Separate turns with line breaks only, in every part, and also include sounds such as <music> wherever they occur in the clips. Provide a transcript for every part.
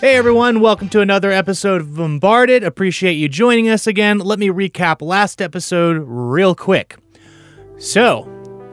Hey everyone, welcome to another episode of Bombarded. Appreciate you joining us again. Let me recap last episode real quick. So,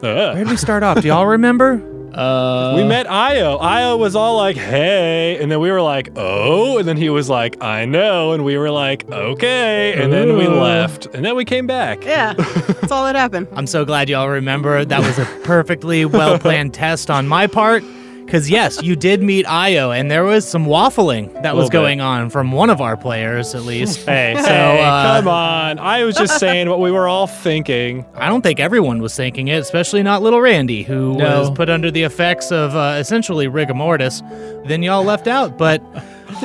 where did we start off? Do y'all
<laughs>
remember?
Uh, we met Io. Io was all like, "Hey," and then we were like, "Oh," and then he was like, "I know," and we were like, "Okay," and then we
Ooh.
left, and then we came back.
Yeah, that's all that happened.
I'm so glad y'all remember. That was a perfectly well planned test on my part. Because, yes, you did meet Io, and there was some waffling that was
Little bit.
going on from one of our players, at least.
Hey, so
uh,
come on! <laughs> I was just saying what we were all thinking.
I don't think everyone was thinking it, especially not little Randy, who
No.
was put under the effects of uh, essentially rigor mortis. Then y'all left out, but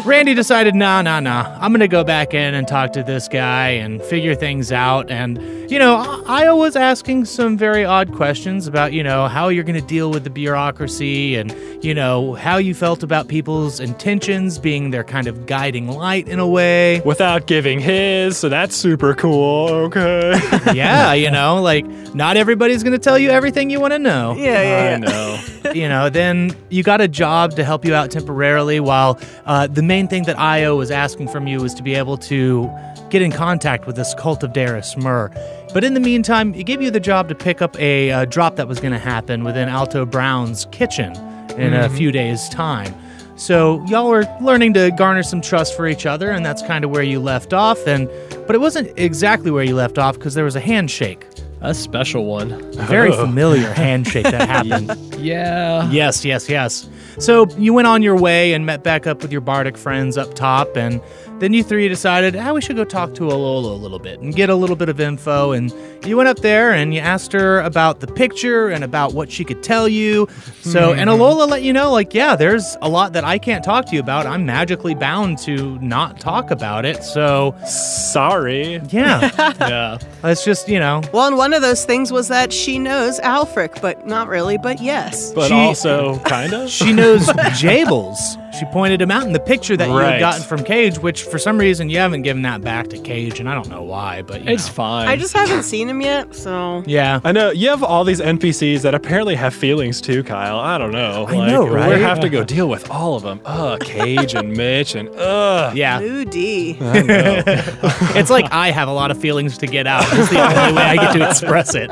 Randy decided, nah, nah, nah. I'm gonna go back in and talk to this guy and figure things out. And you know, I, I was asking some very odd questions about you know how you're gonna deal with the bureaucracy and you know how you felt about people's intentions being their kind of guiding light in a
<laughs>
way.
Without giving his, so that's super cool. Okay. <laughs>
yeah, you know, like not everybody's gonna tell you everything you want to know.
Yeah, yeah,
I
yeah.
know.
you know, then you got a job to help you out temporarily. While uh, the main thing that Io was asking from you was to be able to get in contact with this cult of Darius Myrrh. But in the meantime, it gave you the job to pick up a uh, drop that was going to happen within Alto Brown's kitchen in a few days' time. So y'all were learning to garner some trust for each other, and that's kind of where you left off. And but it wasn't exactly where you left off because there was a handshake,
A special one.
a very familiar handshake that happened.
Yeah.
Yes, yes, yes. So you went on your way and met back up with your bardic friends up top, and then you three decided, ah, we should go talk to Alola a little bit and get a little bit of info. And you went up there and you asked her about the picture and about what she could tell you. So, and Alola let you know, like, yeah, there's a lot that I can't talk to you about. I'm magically bound to not talk about it. So,
Sorry. <laughs>
yeah,
Yeah.
it's just, you know,
Well, and one of those things was that she knows Alfric, but not really, but yes.
But
She-
also,
<laughs>
kind of.
She knows Jables. She pointed him out in the picture that you had
Right.
gotten from Cage, which for some reason you haven't given that back to Cage, and I don't know why, but you
It's
know.
fine.
I just haven't seen him yet, so.
yeah.
I know you have all these NPCs that apparently have feelings too, Kyle. I don't know.
I know, right?
We have to go deal with all of them. Ugh, Cage and Mitch and ugh.
Yeah,
Moody.
I know.
it's like I have a lot of feelings to get out. It's the only way I get to express it.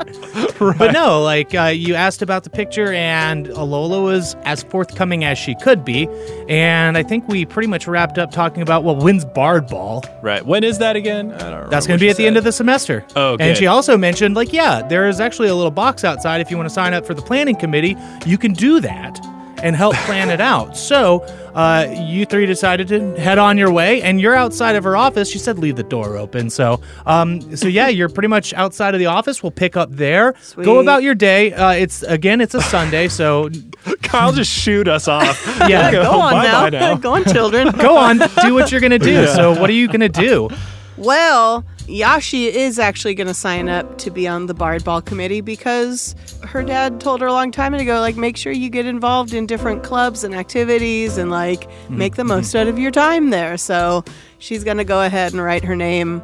But no, like uh, you asked about the picture, and Alola was as forthcoming as she could be. And I think we pretty much wrapped up talking about, well, when's Bard Ball?
right. When is that again? I don't remember.
That's going to be at the end of the semester.
Oh,
And
good.
she also mentioned, like, yeah, there is actually a little box outside. If you want to sign up for the planning committee, you can do that and
<laughs>
help plan it out. So uh, you three decided to head on your way, and you're outside of her office. She said, leave the door open. So, um, so
<laughs>
yeah, you're pretty much outside of the office. We'll pick up there. Go
Sweet.
about your day. Uh, it's again, it's a Sunday, so
Kyle just shoot us off.
<laughs>
oh,
Yeah,
Go on
bye-bye
now.
now.
<laughs> Go on, children.
go on, do what you're
<laughs>
gonna do. So, what are you gonna do?
Well, Yashi is actually going to sign up to be on the Bard Ball committee because her dad told her a long time ago, like, make sure you get involved in different clubs and activities and, like, make the most out of your time there. So she's going to go ahead and write her name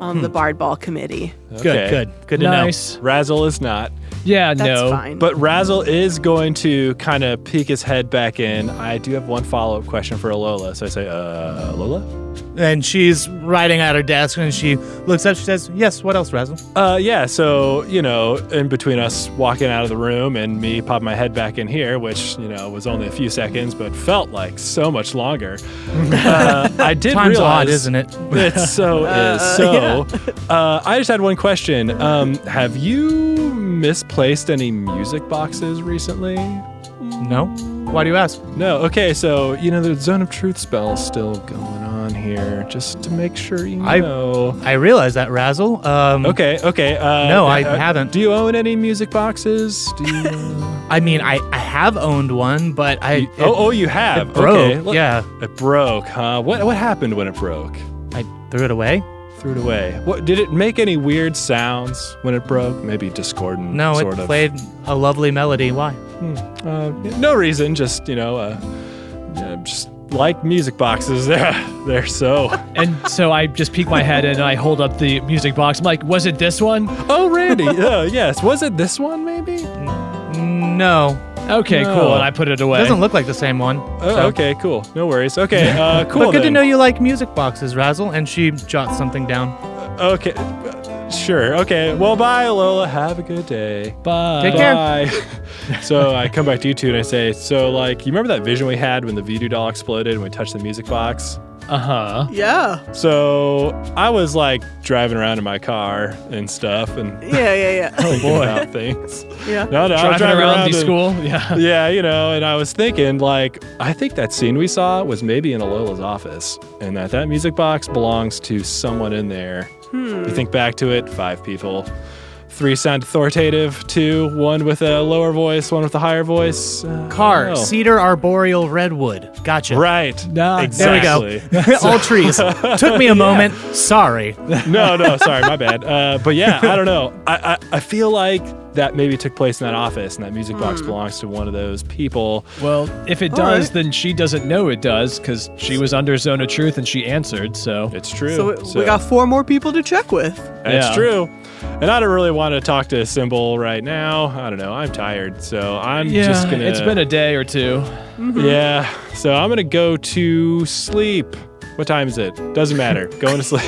on the Bard Ball committee.
<laughs> Good,
Okay.
good, good to know.
nice.
Razzle is not.
Yeah,
That's
no.
fine.
But Razzle is going to kind of peek his head back in. I do have one follow up question for Alola. So I say, uh, Alola?
And she's writing at her desk and she looks up. She says, Yes, what else, Razzle?
Uh, yeah. So, you know, in between us walking out of the room and me popping my head back in here, which, you know, was only a few seconds, but felt like so
<laughs>
much longer. uh, I did
Time's odd,
realize.
isn't it?
<laughs> It so
<laughs>
is. So, uh, I just had one question. Um, have you misplaced any music boxes recently?
No? Why do you ask?
No, okay, so you know the zone of truth spell's still going on here, just to make sure you
I-
know.
I realize that, Razzle. Um,
okay, okay. Uh,
No, I
uh,
haven't.
Do you own any music boxes? Do
<laughs>
you? Uh,
I mean, I, I have owned one, but I.
you- oh, oh, you have.
it broke.
Okay, look-
yeah.
It broke, huh? What what happened when it broke?
I threw it away.
Threw it away. What did it make any weird sounds when it broke? Maybe discordant.
No,
sort
it
of.
played a lovely melody. Why?
Uh, no reason, just you know, uh, yeah, just like music boxes. <laughs> They're
<laughs>
they're so.
And so I just peek my head and I hold up the music box. I'm like, was it this one?
Oh, Randy. uh, yes. Was it this one, maybe?
No.
Okay,
No.
cool. And I put it away.
Doesn't look like the same one.
Oh,
so-
okay, cool. No worries. Okay, uh,
<laughs>
cool.
but good to
then.
know you like music boxes, Razzle. And she jots something down.
Okay, sure. Okay. Well, bye, Lola. Have a good day.
Bye.
Take care.
Bye. <laughs> so I come back to you two and I say, so like, you remember that vision we had when the voodoo doll exploded and we touched the music box?
Uh huh.
Yeah.
So I was like driving around in my car and stuff
<laughs>
and
Yeah, yeah, yeah.
thinking about things.
Yeah.
No, no, I was
Driving,
driving
around, the
and-
school. <laughs> Yeah.
Yeah, you know, and I was thinking, like, I think that scene we saw was maybe in Alola's office, and that that music box belongs to someone in there. You think back to it, five people. Three sound authoritative, two, one with a lower voice, one with a higher voice. Uh, I don't
Car,
know.
cedar, arboreal, redwood. Gotcha.
Right.
Nah.
There we
exactly.
go. <laughs> All
<laughs>
trees. Took me a moment. Sorry.
no, no, sorry, my bad. Uh, but yeah, I don't know. I, I, I feel like that maybe took place in that office, and that music box belongs to one of those people.
Well, if it
All
does,
right.
then she doesn't know it does because she was under zone of truth and she answered. So
It's true.
So we, we got four more people to check with.
That's
Yeah.
true. And I don't really want to talk to Symbol right now. I don't know. I'm tired. So I'm
yeah,
just going to.
it's been a day or two.
Yeah. So I'm going to go to sleep. What time is it? Doesn't matter. <laughs> Going to sleep.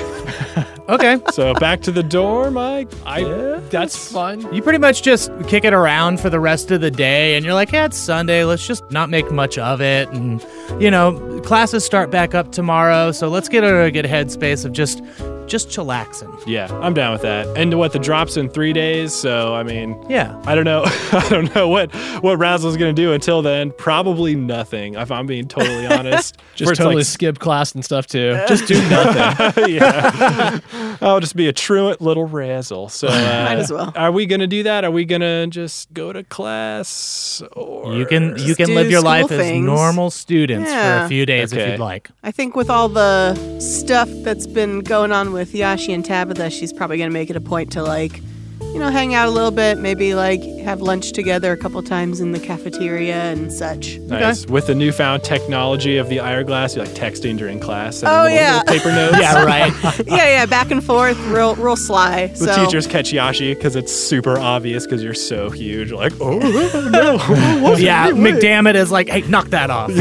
Okay.
So back to the door, Mike.
I. That's fun.
You pretty much just kick it around for the rest of the day, and you're like, yeah, it's Sunday. Let's just not make much of it. And, you know, classes start back up tomorrow. So let's get into a good headspace of just just chillaxing.
Yeah, I'm down with that. And what the drops in three days. So I mean,
Yeah.
I don't know. <laughs> I don't know what what Razzle's gonna do until then. Probably nothing. If I'm being
<laughs>
totally honest.
Just
First, like,
totally skip class and stuff too. Just do nothing.
yeah. I'll just be a truant little razzle.
<laughs>
So uh,
Might as well.
Are we gonna do that? Are we gonna just go to class? Or
You can you
do
can live your
school
life as
things.
normal students for
Yeah.
a few days if
Okay.
you'd like.
I think with all the stuff that's been going on with Yashi and Tabitha, she's probably going to make it a point to like, you know, hang out a little bit, maybe like have lunch together a couple times in the cafeteria
<laughs>
and such.
Nice. With the newfound technology of the hourglass, you're like texting during class. And
Oh,
little-
yeah.
little
<laughs>
paper notes. <laughs>
Yeah, right.
yeah, yeah, back and forth, real, real sly.
The
so
teachers catch Yashi because it's super obvious because you're so huge. Like, oh <laughs> no, what was
yeah,
it? Wait, wait.
McDammit is like, hey, knock that off.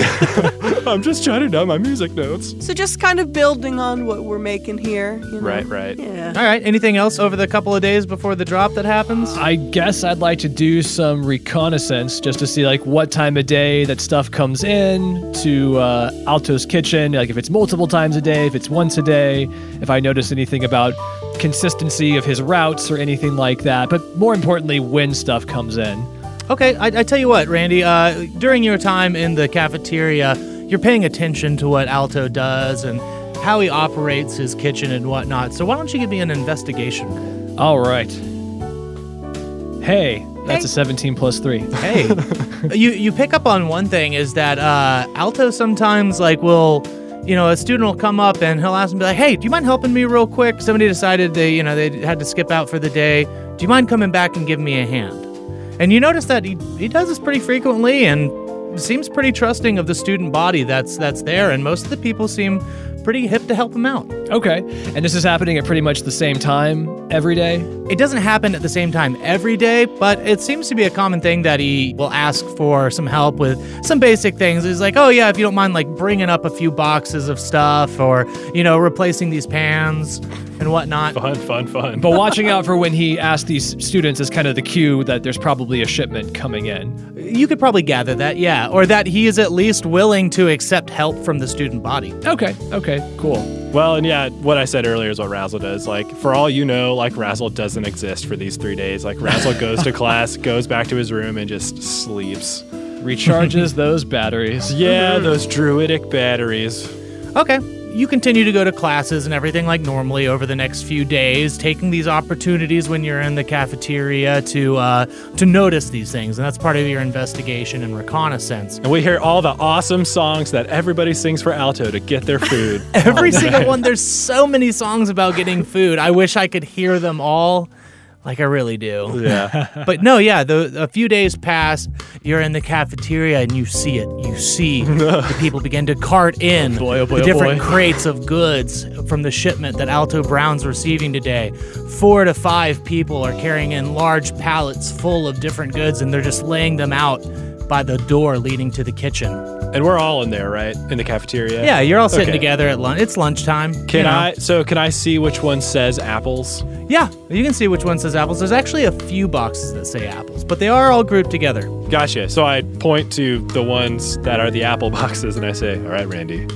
I'm just jotting down my music notes.
so just kind of building on what we're making here. you know?
Right, right.
Yeah.
All right. Anything else over the couple of days before the drop that happens?
I guess I'd like to do some reconnaissance just to see like what time of day that stuff comes in to uh, Alto's kitchen. Like if it's multiple times a day, if it's once a day, if I notice anything about consistency of his routes or anything like that. But more importantly, when stuff comes in.
Okay, I, I tell you what, Randy. Uh, during your time in the cafeteria, you're paying attention to what Alto does and how he operates his kitchen and whatnot. So why don't you give me an investigation? roll?
All right. Hey, that's
Hey.
a 17 plus three. <laughs>
Hey, you you pick up on one thing is that uh, Alto sometimes like will. You know, a student will come up and he'll ask and be like, "Hey, do you mind helping me real quick? Somebody decided they, you know, they had to skip out for the day. Do you mind coming back and giving me a hand?" And you notice that he he does this pretty frequently and seems pretty trusting of the student body that's that's there and most of the people seem pretty hip to help him out.
Okay. And this is happening at pretty much the same time every day.
It doesn't happen at the same time every day, but it seems to be a common thing that he will ask for some help with some basic things. He's like, "Oh yeah, if you don't mind like bringing up a few boxes of stuff or, you know, replacing these pans and whatnot."
Fun, fun, fun.
But watching out for when he asks these students is kind of the cue that there's probably a shipment coming in.
You could probably gather that, yeah, or that he is at least willing to accept help from the student body.
Okay, okay, cool.
Well, and yeah, what I said earlier is what Razzle does. Like, for all you know, like Razzle doesn't exist for these three days. Like, Razzle
<laughs>
goes to class, goes back to his room, and just sleeps.
Mm-hmm.
<laughs>
Recharges those batteries.
Yeah, those druidic batteries.
Okay. You continue to go to classes and everything like normally over the next few days, taking these opportunities when you're in the cafeteria to uh, to notice these things, and that's part of your investigation and reconnaissance.
And we hear all the awesome songs that everybody sings for Alto to get their food.
<laughs> Every single one, there's so many songs about getting food. I wish I could hear them all, like I really do.
yeah.
But no, <laughs> yeah, the, a few days pass. You're in the cafeteria and you see it. You
<laughs>
see the people begin to cart in
boy, oh boy,
the
oh
different
boy.
crates of goods from the shipment that Alto Brown's receiving today. Four to five people are carrying in large pallets full of different goods and they're just laying them out by the door leading to the kitchen.
<laughs> And we're all in there, right? In the cafeteria.
Yeah, you're all sitting
Okay.
together at lunch. It's lunchtime.
Can
you know.
I? So can I see which one says apples?
Yeah, you can see which one says apples. There's actually a few boxes that say apples, but they are all grouped together.
Gotcha. So I point to the ones that are the apple <laughs> boxes, and I say, "All right, Randy,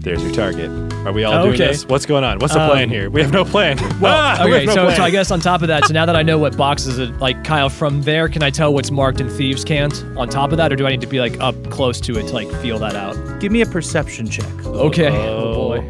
there's your target. Are we all doing
Oh, Okay. Um,
this? What's going on? What's the plan here? We have no
<laughs>
plan. Well, <laughs>
Okay, so, so I guess on top of that, so now that I know what boxes, it, like Kyle, from there, can I tell what's marked in thieves' can't on top of that, or do I need to be like up close to it to like feel that out?
Give me a perception check.
Okay.
Oh.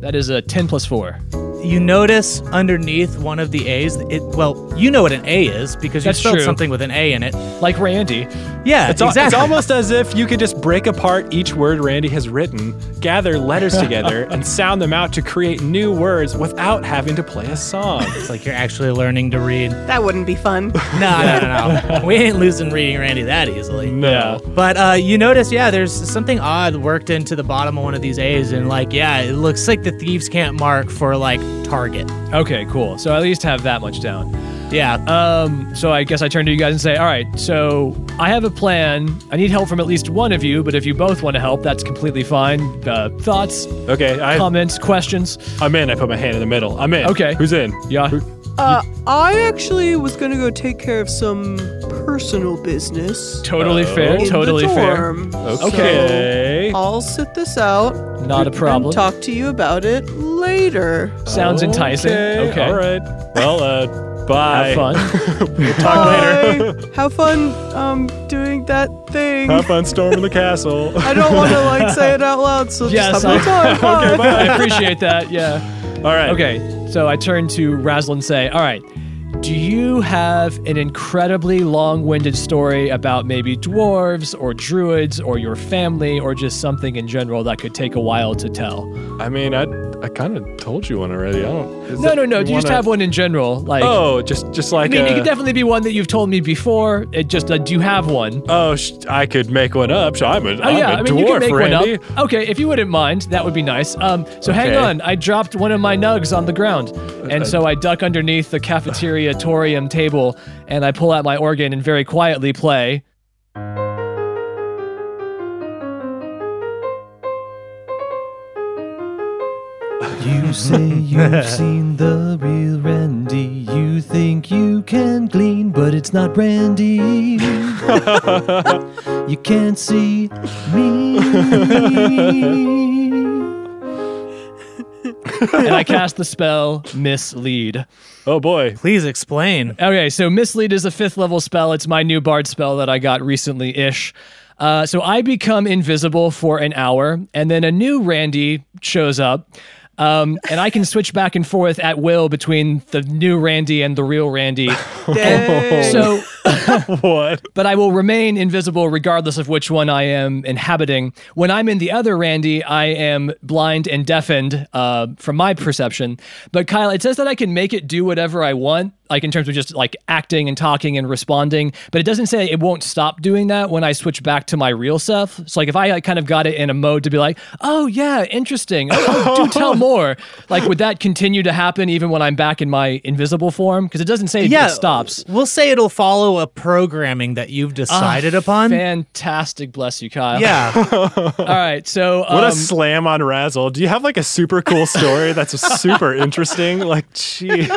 That is a 10 plus 4.
You notice underneath one of the A's, it well, you know what an A is because you
That's
spelled
true.
something with an A in it.
Like Randy.
Yeah,
It's, al- it's
exactly.
almost as if you could just break apart each word Randy has written, gather
<laughs>
letters together, and sound them out to create new words without having to play a
<laughs>
song.
It's <laughs> like you're actually learning to
<laughs>
read.
That wouldn't be fun.
No, no, no, no. we ain't losing reading Randy that easily.
No.
But uh, you notice, yeah, there's something odd worked into the bottom of one of these A's, and like, yeah, it looks like the thieves can't mark for like target.
Okay, cool. So I at least have that much down.
Yeah, Uh,
Um, so I guess I turn to you guys and say, all right, so I have a plan. I need help from at least one of you, but if you both want to help, that's completely fine. Uh, thoughts,
Okay, I,
comments, questions?
I'm in. I put my hand in the middle. I'm in.
Um, Okay.
Who's in?
Yeah.
Uh, I actually was gonna go take care of some personal business.
Totally
Oh.
fair.
In the
Totally fair.
Okay.
So I'll sit this out.
Not a problem.
And talk to you about it later.
Sounds enticing. Okay.
All right. Well, uh, bye. <laughs>
Have fun. <laughs>
Talk later.
Bye. <laughs> Have fun um doing that thing.
Have fun storming the
<laughs>
castle.
I don't want to
<laughs>
like say it out loud, so
Yes,
just have
I-
my time. Bye.
I appreciate that. Yeah.
All right.
Okay. So I turn to Razzle and say, all right, do you have an incredibly long winded story about maybe dwarves or druids or your family or just something in general that could take a while to tell?
I mean, I I kind of told you one already. I don't. is
No,
it-
no, no. You just
wanna-
have one in general. Like,
Oh, just just
I
like.
mean, it
a-
could definitely be one that you've told me before. It just, uh, do you have one?
Oh, sh- I could make one up. So I'm a,
Oh
am
yeah,
a
I mean
dwarf,
you can make
Randy.
one up. Okay, if you wouldn't mind, that would be nice. Um, so hang
Okay.
on, I dropped one of my nugs on the ground, and so I duck underneath
<laughs>
the cafeteria torium table, and I pull out my organ and very quietly play. You say you've
<laughs>
seen the real Randy. You think you can glean, but it's not Randy. you can't see me. and I cast the spell Mislead.
Oh boy.
please explain.
Okay, so Mislead is a fifth level spell. It's my new bard spell that I got recently ish. Uh, so I become invisible for an hour, and then a new Randy shows up. Um, and I can switch back and forth at will between the new Randy and the real Randy.
Dang.
So
What?
but I will remain invisible regardless of which one I am inhabiting. When I'm in the other Randy, I am blind and deafened uh, from my perception. But Kyle, it says that I can make it do whatever I want, like in terms of just like acting and talking and responding. But it doesn't say it won't stop doing that when I switch back to my real self. So like if I like, kind of got it in a mode to be like, oh yeah, interesting. Oh, oh, do tell more. Like would that continue to happen even when I'm back in my invisible form? Because it doesn't say
Yeah,
it stops.
We'll say it'll follow a programming that you've decided
Ah,
upon.
Ah, Fantastic. Bless you, Kyle.
<laughs>
Yeah,
<laughs> All right. So, um,
What a slam on Razzle. Do you have like a super cool story
<laughs>
that's super interesting? Like, gee.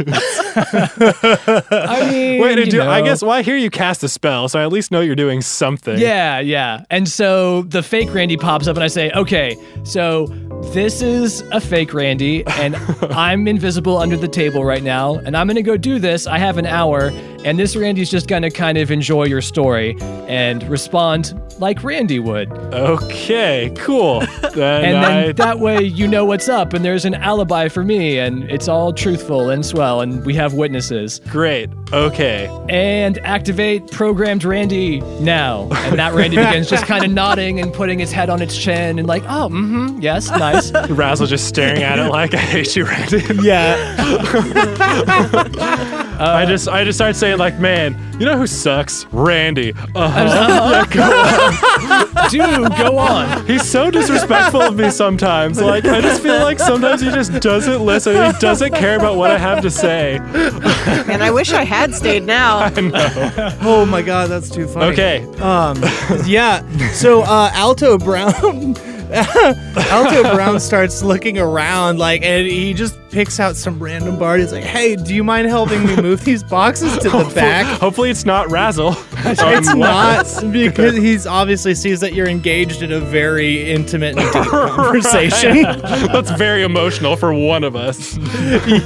<laughs>
I mean,
Wait, I,
you
do, I
know.
guess, well, I hear you cast a spell, so I at least know you're doing something.
Yeah, yeah. And so the fake Randy pops up, and I say, okay, so this is a fake Randy,
<laughs>
and I'm invisible under the table right now, and I'm going to go do this. I have an hour, and this Randy's just going to kind of enjoy your story and respond like Randy would.
Okay,
<laughs>
cool. Then
And
I,
then that way you know what's up, and there's an alibi for me, and it's all truthful and swell, and we have witnesses.
great. Okay.
and activate programmed Randy now. And that Randy begins just kind of nodding and putting his head on its chin and like, oh, mm-hmm, yes, nice. <laughs>
Razzle just staring at it like, I hate you, Randy.
yeah.
I just I just start saying like, man, you know who sucks? Randy. Uh-huh.
Do
<laughs>
go on.
He's so disrespectful of me sometimes. Like I just feel like sometimes he just doesn't listen. He doesn't care about what I have to say.
And I wish I had
<laughs>
stayed now.
Oh my god, that's too funny.
Okay.
Um, yeah. So uh, Alto Brown, <laughs> Alto Brown starts looking around, like, and he just picks out some random bar. He's like, "Hey, do you mind helping me move these boxes
<laughs>
to
Oh,
the back?"
Hopefully it's not Razzle. <laughs> Um,
It's not because he's obviously sees that you're engaged in a very intimate and deep conversation.
That's very emotional for one of us.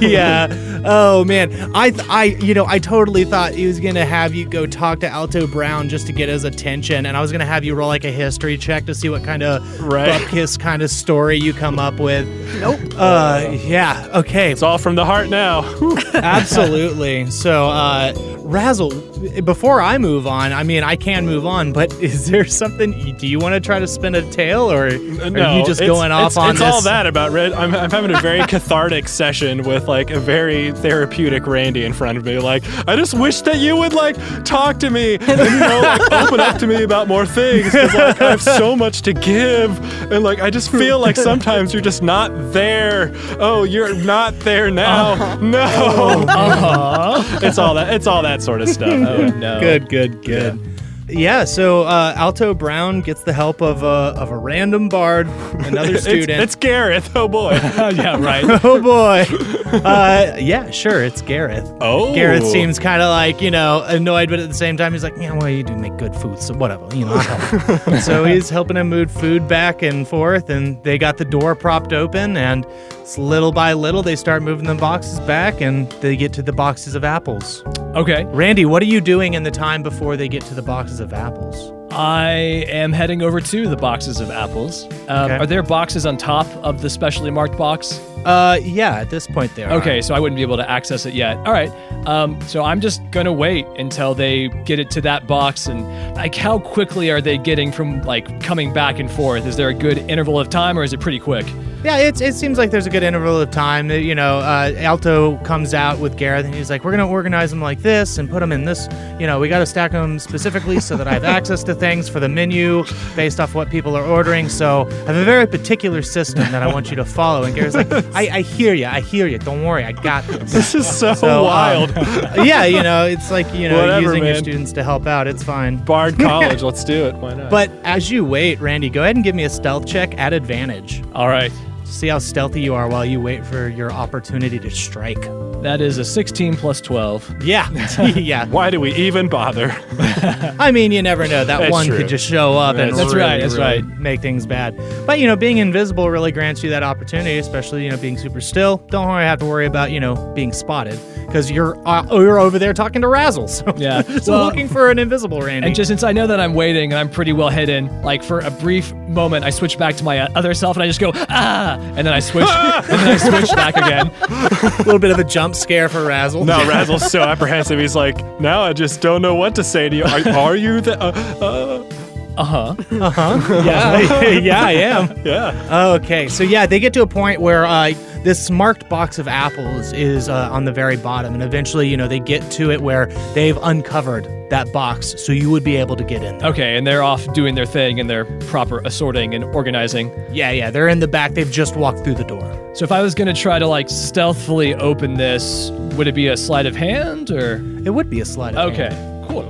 yeah. Oh man, I th- I you know I totally thought he was gonna have you go talk to Alto Brown just to get his attention, and I was gonna have you roll like a history check to see what kind of
Right.
buck kiss kind of story you come up with. Nope. Uh, yeah. Okay.
It's <laughs> all from the heart now. Whew.
Absolutely. So, uh, Razzle, before I move on, I mean I can move on, but is there something? Do you want to try to spin a tail, or are
No,
you just
it's-
going off
it's,
on
it's
this?
all that about red. I'm, I'm having
<laughs>
a very cathartic session with like a very therapeutic Randy in front of me. Like, I just wish that you would like talk to me and you know
<laughs>
like open up to me about more things 'cause, like I have so much to give and like I just feel like sometimes you're just not there. Oh, you're not there now.
Uh-huh.
No, <laughs> it's all that. It's all that sort
<laughs>
of stuff.
Oh, no.
Good, good, good. Yeah, so uh, Alto Brown gets the help of a, of a random
<laughs>
bard, another
It's,
student.
it's Gareth.
<laughs>
Oh boy.
yeah, right.
oh
<laughs>
boy. Uh, yeah, sure, it's Gareth.
Oh,
Gareth seems kind of like, you know, annoyed, but at the same time, he's like, yeah, well, you do make good food, so whatever, you know, I'll help.
<laughs>
him." so he's helping him move food back and forth, and they got the door propped open, and s- little by little, they start moving the boxes back, and they get to the boxes of apples.
Okay.
Randy, what are you doing in the time before they get to the boxes of apples?
I am heading over to the boxes of apples. Um,
Okay.
Are there boxes on top of the specially marked box?
Uh, yeah, at this point there.
Okay, so I wouldn't be able to access it yet. All right. Um, so I'm just going to wait until they get it to that box. And like, how quickly are they getting from like coming back and forth? Is there a good interval of time or is it pretty quick?
Yeah, it's, it seems like there's a good interval of time. That, You know, uh, Alto comes out with Gareth, and he's like, "We're gonna organize them like this and put them in this. You know, we got to stack them specifically so that I
<laughs>
have access to things for the menu based off what people are ordering. So I have a very particular system that I want you to follow." And
<laughs>
Gareth's like, "I, I hear you. I hear you. Don't worry. I got this."
This is so,
So, um,
wild.
<laughs> yeah, you know, it's like you know,
Whatever,
using your
man.
students to help out. It's fine.
<laughs> Bard College. Let's do it. Why not?
But as you wait, Randy, go ahead and give me a stealth check at advantage.
All right.
See how stealthy you are while you wait for your opportunity to strike.
That is a 16 plus 12.
<laughs> Yeah, yeah.
why do we even bother?
I mean, you never know. That
That's
one
true.
could just show up and
That's
really,
right, that's
really
right.
make things bad. But you know, being invisible really grants you that opportunity, especially you know being super still. Don't worry, have to worry about you know being spotted because you're uh, you're over there talking to Razzle. <laughs> So
Yeah.
so
Well,
looking for an invisible Randy.
And just since I know that I'm waiting and I'm pretty well hidden, like for a brief moment, I switch back to my uh, other self and I just go, ah, and then I switch, and then I switch back again.
a little bit of a jump scare for Razzle.
No, Razzle's <laughs> so apprehensive. He's like, now I just don't know what to say to you. Are, are you the? Uh, uh,
Uh huh.
yeah, <laughs> yeah, I am.
<laughs>
yeah.
Okay, so yeah, they get to a point where uh, this marked box of apples is uh, on the very bottom, and eventually, you know, they get to it where they've uncovered that box, so you would be able to get in. There.
Okay, and they're off doing their thing and they're proper assorting and organizing.
Yeah, yeah, they're in the back. They've just walked through the door.
So if I was gonna try to like stealthily open this, would it be a sleight of hand or?
It would be a sleight of
Okay,
hand.
cool.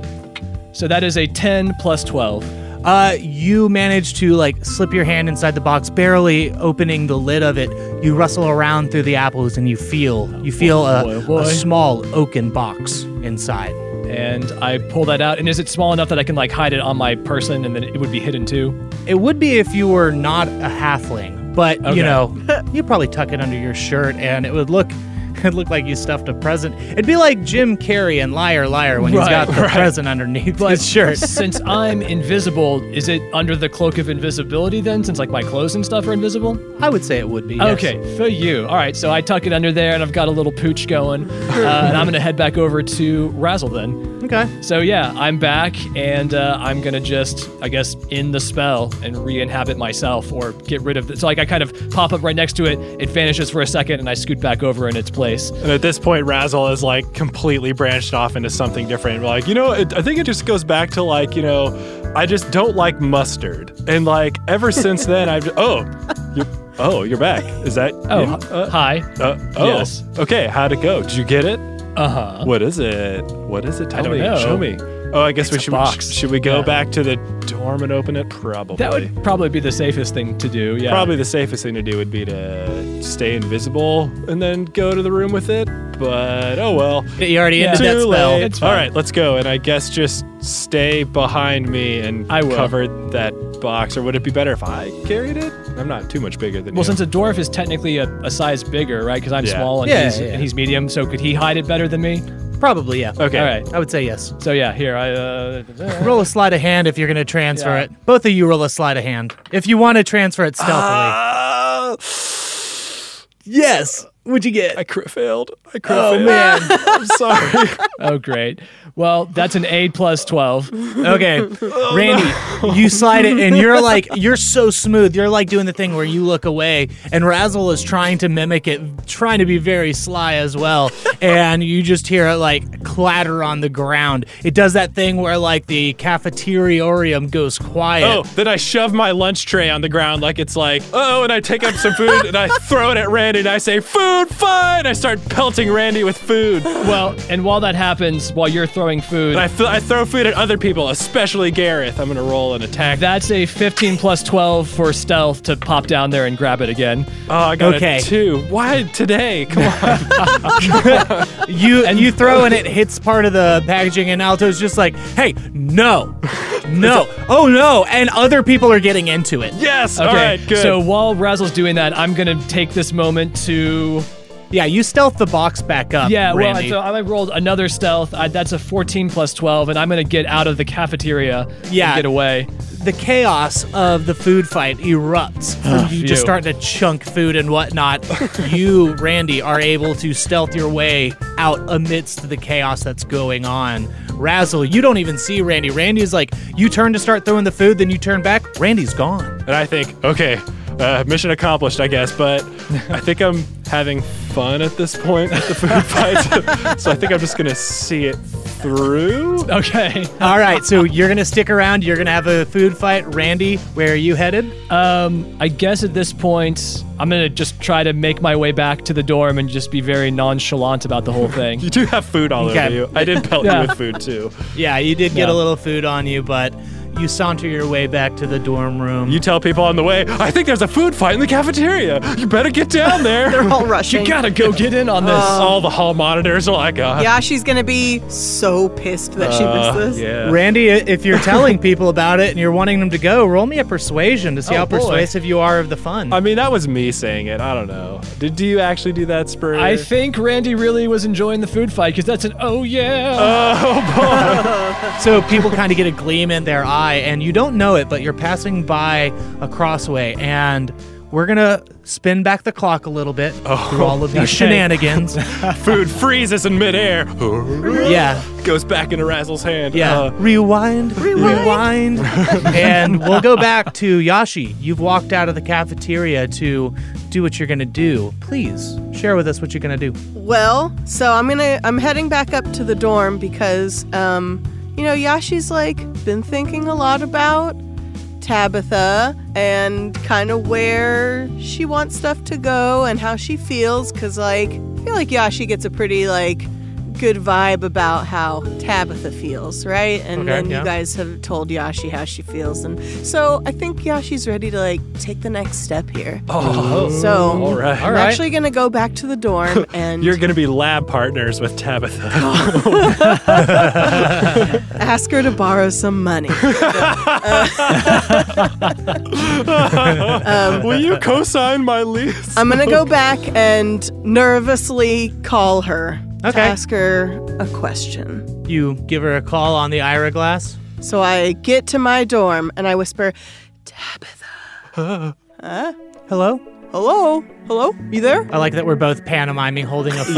So that is a 10 plus 12.
Uh, you manage to like slip your hand inside the box, barely opening the lid of it. You rustle around through the apples, and you feel you feel a,
Oh, boy, boy.
a small oaken box inside.
And I pull that out. And is it small enough that I can like hide it on my person and then it would be hidden too?
It would be if you were not a halfling, but
Okay.
you know, <laughs> you probably tuck it under your shirt, and it would look. <laughs> It looked like you stuffed a present. It'd be like Jim Carrey and Liar Liar when he's
Right,
got the present underneath his shirt.
Since I'm invisible, is it under the cloak of invisibility then? Since like my clothes and stuff are invisible?
I would say it would be. yes.
Okay, for you. All right, so I tuck it under there and I've got a little pooch going. Uh, and I'm gonna head back over to Razzle then.
Okay.
So yeah, I'm back, and uh, I'm gonna just, I guess, end the spell and re-inhabit myself, or get rid of. The, so like, I kind of pop up right next to it. It vanishes for a second, and I scoot back over in its place. place.
And at this point, Razzle is like completely branched off into something different. Like, you know, it, I think it just goes back to like, you know, I just don't like mustard. And like ever since then, <laughs> I've oh, you're, oh, you're back. Is that
Oh,
you?
h- hi.
Uh, oh,
Yes.
okay. How'd it go? Did you get it?
Uh huh.
<laughs> What is it? What is it? Tell
don't
me.
know.
Show me. Oh, I guess
It's
we
a
should
box.
should we go
Yeah.
back to the dorm and open it? Probably.
That would probably be the safest thing to do. Yeah.
Probably the safest thing to do would be to stay invisible and then go to the room with it. But oh well.
You already
Yeah.
ended that
Too
spell.
late.
It's
All
fine.
right, let's go. And I guess just stay behind me and
I will.
cover that box. Or would it be better if I carried it? I'm not too much bigger than
Well,
you.
since a dwarf is technically a, a size bigger, right? Because I'm
Yeah.
small and,
Yeah,
he's,
yeah.
and he's medium, so could he hide it better than me?
Probably, yeah.
okay.
All right.
I would say yes.
So yeah, here I. Uh, <laughs>
Roll a sleight of hand if you're going to transfer
Yeah.
it. Both of you roll a sleight of hand. If you want to transfer it stealthily.
Ah,
yes. What'd you get?
I crit failed. I crit
Oh,
failed.
man.
<laughs> I'm sorry.
oh great. Well, that's an eight plus twelve.
Okay, Randy, you slide it, and you're like, you're so smooth. You're like doing the thing where you look away, and Razzle is trying to mimic it, trying to be very sly as well. And you just hear it like clatter on the ground. It does that thing where like the cafeteriorium goes quiet.
Oh, then I shove my lunch tray on the ground like it's like, oh, and I take up some food
<laughs>
and I throw it at Randy and I say, food fight! And I start pelting Randy with food. And
Well, and while that happens, while you're throwing food,
I, th- I throw food at other people, especially Gareth. I'm going to roll an attack.
that's a fifteen plus twelve for stealth to pop down there and grab it again.
oh, I got
Okay.
a two. Why today? Come
<laughs>
on.
You and you throw, and it hits part of the packaging, and Alto's just like, hey, no, no, oh no, and other people are getting into it.
yes.
Okay.
All right, good.
So while Razzle's doing that, I'm gonna take this moment to
Yeah, you stealth the box back up.
yeah. Well,
Randy.
so I rolled another stealth. I, that's a fourteen plus twelve, and I'm gonna get out of the cafeteria.
Yeah.
And get away.
the chaos of the food fight <sighs> erupts. From you
phew.
just starting to chunk food and <laughs> whatnot. you, Randy, are able to stealth your way out amidst the chaos that's going on. Razzle, you don't even see Randy. Randy's like, you turn to start throwing the food, then you turn back. Randy's gone.
and I think, okay, uh, mission accomplished, I guess. But I think I'm having fun at this point with the food
<laughs>
fight. so I think I'm just going to see it through.
Okay.
<laughs> All right, so you're going to stick around. You're going to have a food fight. Randy, where are you headed?
Um, I guess at this point, I'm gonna just try to make my way back to the dorm and just be very nonchalant about the whole thing.
You do have food all
Okay.
over you. I did pelt
<laughs>
you
Yeah.
with food too.
Yeah, you did get
Yeah.
a little food on you, but you saunter your way back to the dorm room.
You tell people on the way, I think there's a food fight in the cafeteria. You better get down there.
All rushing.
You gotta go get in on this.
all the hall monitors are like, uh,
Yashi's gonna be so pissed that she missed this.
yeah.
Randy, i- if you're telling people about it and you're wanting them to go, roll me a persuasion to see
Oh,
how
boy.
persuasive you are of the fun.
I mean, that was me saying it. I don't know. Did do you actually do that, Spur? <laughs>
I think Randy really was enjoying the food fight because that's an oh yeah.
so people kind of get a gleam in their eye, and you don't know it, but you're passing by a crossway, and we're gonna spin back the clock a little bit through all of these shenanigans.
food freezes in <laughs> midair.
yeah,
Goes back into Razzle's hand.
yeah.
Uh,
rewind, rewind, and we'll go back to Yashi. You've walked out of the cafeteria to do what you're gonna do. Please share with us what you're gonna do.
Well, so I'm gonna I'm heading back up to the dorm because um, you know, Yashi's like been thinking a lot about Tabitha and kind of where she wants stuff to go and how she feels cuz like I feel like Yashi gets a pretty like good vibe about how Tabitha feels, right? And
Okay,
then
yeah.
you guys have told Yashi how she feels and so I think Yashi's ready to like take the next step here.
oh,
So
all right.
All
I'm
right.
actually gonna go back to the dorm and
<laughs> You're gonna be lab partners with Tabitha.
ask her to borrow some money.
<laughs> Will <laughs> you co-sign my lease?
I'm gonna go back and nervously call her to
Okay.
ask her a question.
You give her a call on the Ira glass.
So I get to my dorm and I whisper, Tabitha.
Hello?
Hello? Hello? You there?
I like that we're both pantomiming holding a phone. <laughs>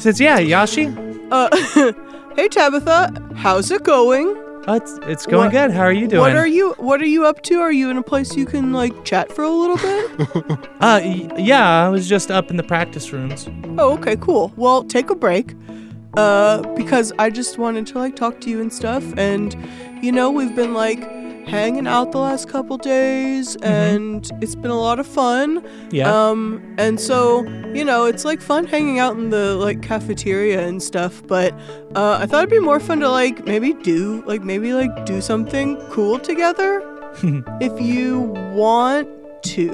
Says, yeah, Yashi.
<laughs> Hey Tabitha, Uh, how's it going?
Oh, it's it's going
What-
good. How are you doing?
What are you What are you up to? Are you in a place you can like chat for a little bit?
Uh, y- yeah, I was just up in the practice rooms.
oh, okay, cool. Well, take a break, uh, because I just wanted to like talk to you and stuff, and you know we've been like hanging out the last couple days, and it's been a lot of fun.
Mm-hmm. Yeah.
Um, and so you know it's like fun hanging out in the like cafeteria and stuff, but uh, I thought it'd be more fun to like maybe do like maybe like do something
<laughs>
cool together if you want to.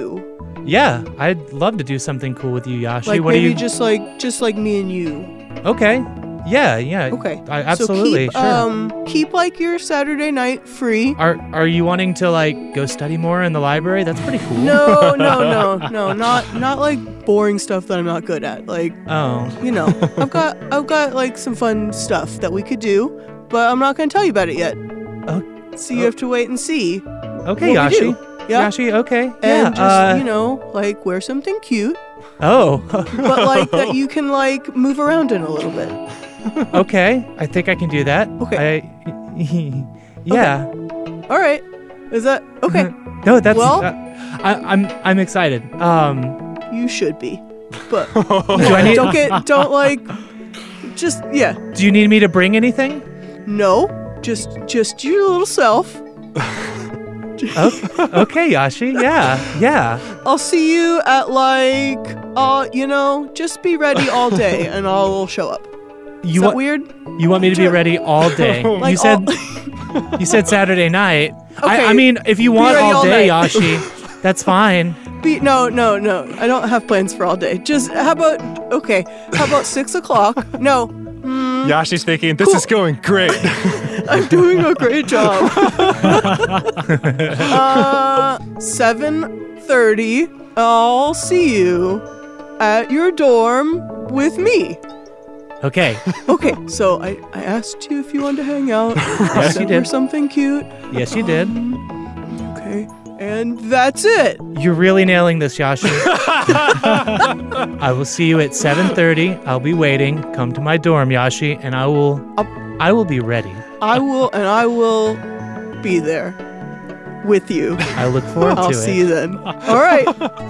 yeah, I'd love to do something cool with you, Yashi.
Like
what
maybe
are you?
just like just like me and you.
okay. Yeah, yeah.
Okay.
I, absolutely.
So keep,
sure.
um keep like your Saturday night free.
are Are you wanting to like go study more in the library? That's pretty cool. <laughs>
No, no, no, no, not not like boring stuff that I'm not good at. Like,
Oh.
you
<laughs>
know, I've got I've got like some fun stuff that we could do, but I'm not gonna tell you about it yet.
Oh.
So you have to wait and see.
Okay,
what we do.
Yashi.
Yeah.
Yashi. Okay. yeah.
And just,
uh,
you know, like wear something cute,
oh. <laughs>
but like that you can like move around in a little bit.
okay. I think I can do that.
Okay.
I, <laughs> yeah.
All right. Is that okay?
No, that's.
Well-
uh, I, I'm I'm excited. Um.
you should be. But
<laughs>
<laughs>
Do I need?
don't get don't like just yeah
do you need me to bring anything?
<laughs> no just just your little self
okay, Yashi. Yeah, yeah.
i'll see you at like uh you know just be ready all
<laughs>
day and i'll show up is
You
that
want
weird
you want me
<laughs>
to be ready all day? you
Like
said <laughs>
all-
you said Saturday night. I, I
Okay,
mean, if you want
ready
all
all
day,
night. <laughs>
Yashi, that's fine.
be no no no i don't have plans for all day just how about okay how
<laughs>
about six o'clock no
Yashi's thinking, this is going great.
i'm doing a great job
<laughs>
uh 7.30 i'll see you at your dorm with me
Okay.
Okay, so I, I asked you if you wanted to hang out. I
<laughs> Yes,
said
you
we're
did.
something cute.
Yes, you did.
Okay, and that's it.
You're really nailing this,
<laughs>
Yashi. I will see you at 7:30. I'll be waiting. Come to my dorm, Yashi, and I will I will be ready.
I will and I will be there
<laughs>
with you.
I look forward
I'll
to
see you then. All right.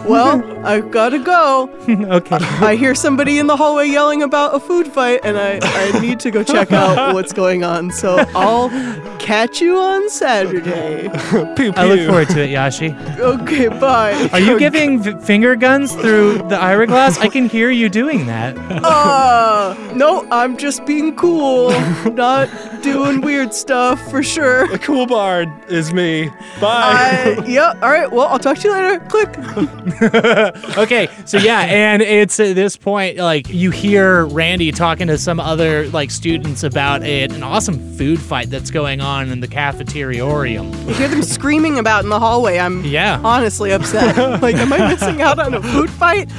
Well, I've got to go.
it. <laughs> okay.
I hear somebody in the hallway yelling about a food fight, and I, I need to go
<laughs>
check out what's going on. So I'll catch you on Saturday.
<laughs>
Pew,
I look
pew.
forward to it, Yashi.
Okay, bye.
Are
<laughs>
you giving f- finger guns through the Ira glass? I can hear you doing that.
Uh, <laughs> no, I'm just being cool, not doing weird stuff for sure.
<laughs>
The <laughs> cool bard is me. Bye.
I, yeah, all right, well, I'll talk to you later. Click.
Okay, so yeah, and it's at this point like you hear Randy talking to some other like students about it, an awesome food fight that's going on in the
<laughs>
cafeteriorium.
You hear them screaming about in the hallway. I'm
Yeah.
honestly upset.
<laughs>
like, am I missing out on a food fight?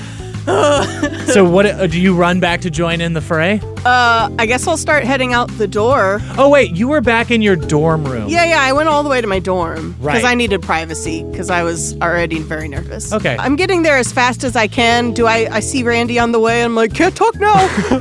So what uh, do you run back to join in the fray?
Uh, I guess I'll start heading out the door.
Oh wait, you were back in your dorm room.
Yeah, yeah, I went all the way to my dorm because
Right.
I needed privacy because I was already very nervous.
Okay.
I'm getting there as fast as I can. Do I, I see Randy on the way? I'm like, can't talk
<laughs>
now.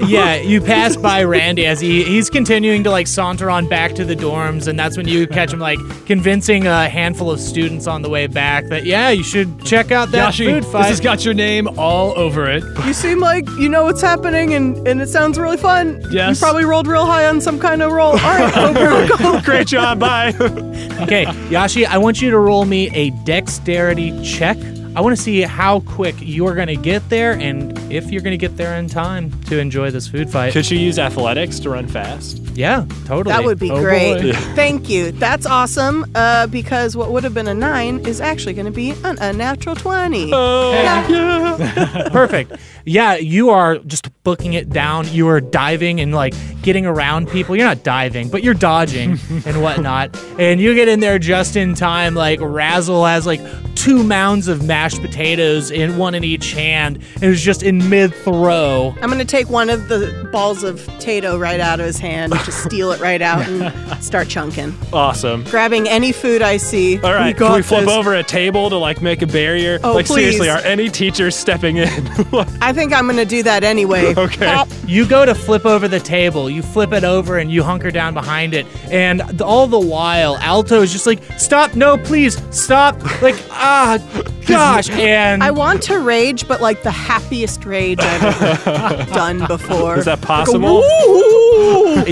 Yeah, you pass by Randy as he he's continuing to like saunter on back to the dorms, and that's when you catch him like convincing a handful of students on the way back that yeah, you should check out that
Yashi,
food
this
fight.
has got your name all over it.
You seem like you know what's happening, and, and it sounds really fun.
Yes.
You probably rolled real high on some kind of roll. All
<laughs>
right, okay, we go.
<laughs> great job. Bye.
Okay, Yashi, I want you to roll me a dexterity check. I want to see how quick you're going to get there and if you're going to get there in time to enjoy this food fight.
<laughs> Could she use athletics to run fast?
Yeah, totally.
That would be
Oh,
great.
boy.
<laughs> Thank you. That's awesome. Uh, because what would have been a nine is actually going to be an unnatural twenty.
Oh,
Yeah.
perfect. Yeah, you are just booking it down. You are diving and like getting around people. You're not diving, but you're dodging and whatnot. And you get in there just in time. Like Razzle has like two mounds of mashed potatoes in one in each hand, and it's just in mid throw.
I'm going to take one of the balls of Tato right out of his hand, just steal it right out,
<laughs>
and start chunking.
Awesome.
Grabbing any food I see.
All right,
We
can
got
we flip
this.
over a table to like make a barrier?
Oh,
like seriously,
please.
are any teachers stepping in? <laughs>
I think I'm going to do that anyway. Dave.
Okay.
You go to flip over the table, you flip it over, and you hunker down behind it. And th- all the while, Alto is just like, stop, no, please, stop. Like, ah, gosh. And
I want to rage, but like the happiest rage
<laughs>
I've ever done before.
Is that possible?
<laughs>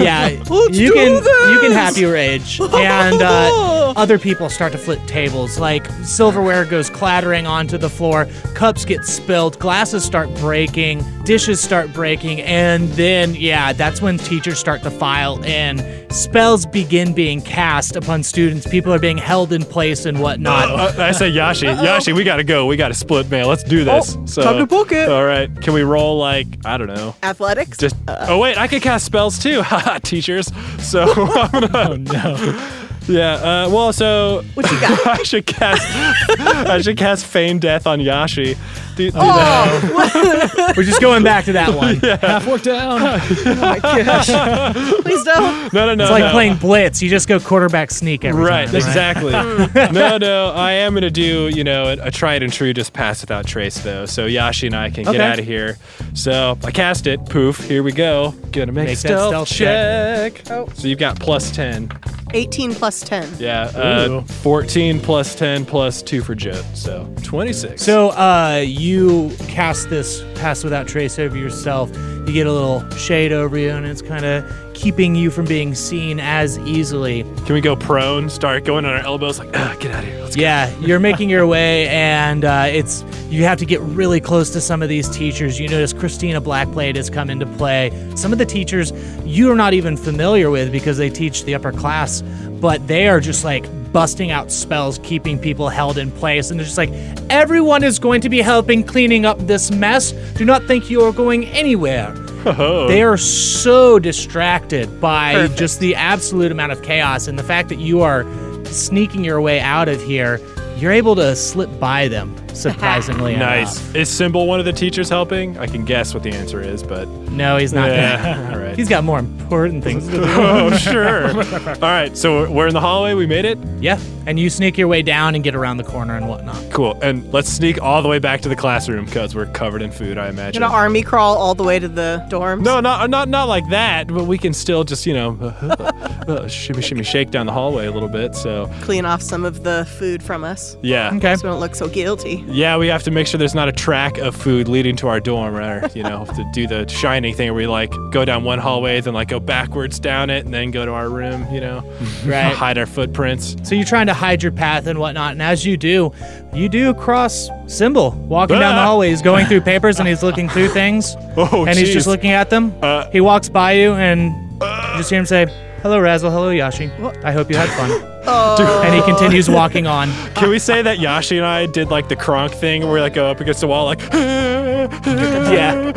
yeah, you
do
can you can
this!
happy rage, and uh, other people start to flip tables. Like silverware goes clattering onto the floor, cups get spilled, glasses start breaking, dishes start breaking, and then yeah, that's when teachers start to file in. Spells begin being cast upon students. People are being held in place and whatnot.
Uh, I say Yashi, Yashi, we gotta go. We gotta split, man. Let's do this.
Oh, time to book it.
All right, can we roll like I don't know?
Athletics?
Just oh wait, I can cast spells too, <laughs> haha, teachers.
<laughs>
So I'm gonna,
Oh no.
yeah. Uh, well, so
what you got?
<laughs> I should cast I should cast Feign Death on Yashi. Do- do that. <laughs>
Oh,
We're just going back to that one.
Half worked down.
please don't.
No, no, no.
It's like
no.
playing blitz. You just go quarterback sneak every
Right,
time.
exactly. no, no, I am gonna do you know a, a tried and true, just pass without trace though. So Yashi and I can
Okay.
get out of here. So I cast it. Poof. Here we go. Gonna make,
Make that
a
stealth
stealth, check.
Oh.
So you've got plus ten.
18 plus 10.
Yeah. Uh,
Ooh.
Fourteen plus ten plus two for Jot. So twenty-six.
So uh, you cast this pass without trace over yourself. You get a little shade over you, and it's kind of keeping you from being seen as easily.
can we go prone? Start going on our elbows. Like, ah, get out of here. Let's
Yeah, you're making your way, and uh, it's you have to get really close to some of these teachers. You notice Christina Blackblade has come into play. Some of the teachers you are not even familiar with because they teach the upper class, but they are just like busting out spells, keeping people held in place, and they're just like, everyone is going to be helping cleaning up this mess. Do not think you are going anywhere. They are so distracted by just the absolute amount of chaos and the fact that you are sneaking your way out of here. You're able to slip by them,
<laughs>
surprisingly.
Nice.
enough.
Is Symbol one of the teachers helping? I can guess what the answer is, but
No, he's not.
yeah. All
<laughs>
right.
He's got more important things to do.
oh, sure. All right, so we're in the hallway. We made it.
Yeah. And you sneak your way down and get around the corner and whatnot.
Cool. And let's sneak all the way back to the classroom because we're covered in food, I imagine.
Gonna army crawl all the way to the dorms.
no, not not not like that. But we can still just you know, <laughs> uh, shimmy shimmy shake down the hallway a little bit. So
Clean off some of the food from us.
yeah,
Okay.
So we don't look so guilty.
yeah. We have to make sure there's not a track of food leading to our dorm, or you know, have to do the shining thing where we like go down one hallway, then like go backwards down it, and then go to our room. You know,
Right.
<laughs> hide our footprints.
So you're trying to hide your path and whatnot. And as you do, you do cross Symbol walking down the
Ah.
hallway. He's going through papers and he's looking through things.
<laughs> Oh,
and he's
jeez.
just looking at them.
Uh,
he walks by you and you just hear him say, Hello, Razzle. Hello, Yashi. I hope you had fun. And he continues walking on.
Can we say that Yashi and I did like the cronk thing where we like go up against the wall like <laughs>
Yeah.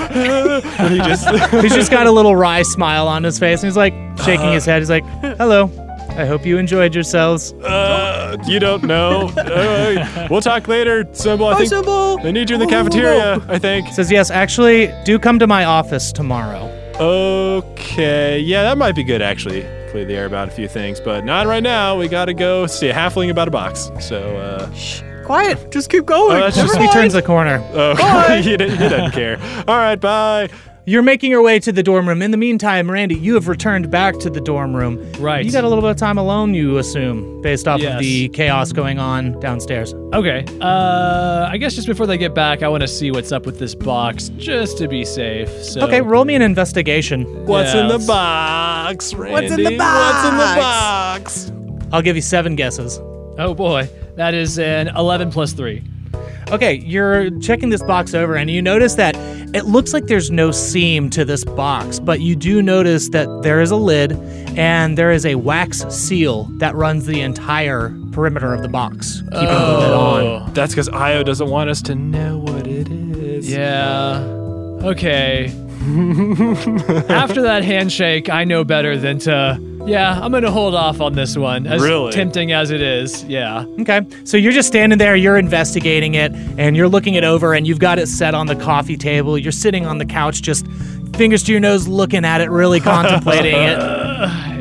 and he just <laughs>
He's just got a little wry smile on his face. And he's like, shaking his
Uh-huh.
head. He's like, Hello. I hope you enjoyed yourselves.
uh, you don't know. <laughs> Uh, we'll talk later, Symbol. I think
Symbol.
they need you in the
Oh,
cafeteria, I think.
Says, Yes, actually, do come to my office tomorrow.
Okay. Yeah, that might be good actually. Clear the air about a few things, but not right now. We gotta go see a halfling about a box. So uh
Shh. Quiet. Just keep going.
Oh, that's
Never
just-
He
mind.
turns the corner.
oh, <laughs> he, didn't- he doesn't care. All right, bye.
You're making your way to the dorm room. In the meantime, Randy, you have returned back to the dorm room.
Right.
You got a little bit of time alone, you assume, based off of
Yes.
the chaos going on downstairs.
<laughs> Okay. Uh, I guess just before they get back, I want to see what's up with this box just to be safe. So
Okay, roll me an investigation.
What's in
Yeah.
the box, Randy?
in the
What's in the
box?
box?
I'll give you seven guesses.
Oh boy, that is an eleven plus three.
Okay, you're checking this box over and you notice that it looks like there's no seam to this box, but you do notice that there is a lid and there is a wax seal that runs the entire perimeter of the box, keeping the lid on.
Oh. That's because Io doesn't want us to know what it is.
Yeah. Okay. After that handshake, I know better than to. Yeah, I'm gonna hold off on this one. As
Really?
tempting as it is, yeah.
Okay, so you're just standing there, you're investigating it, and you're looking it over, and you've got it set on the coffee table. You're sitting on the couch, just fingers to your nose, looking at it, really contemplating it.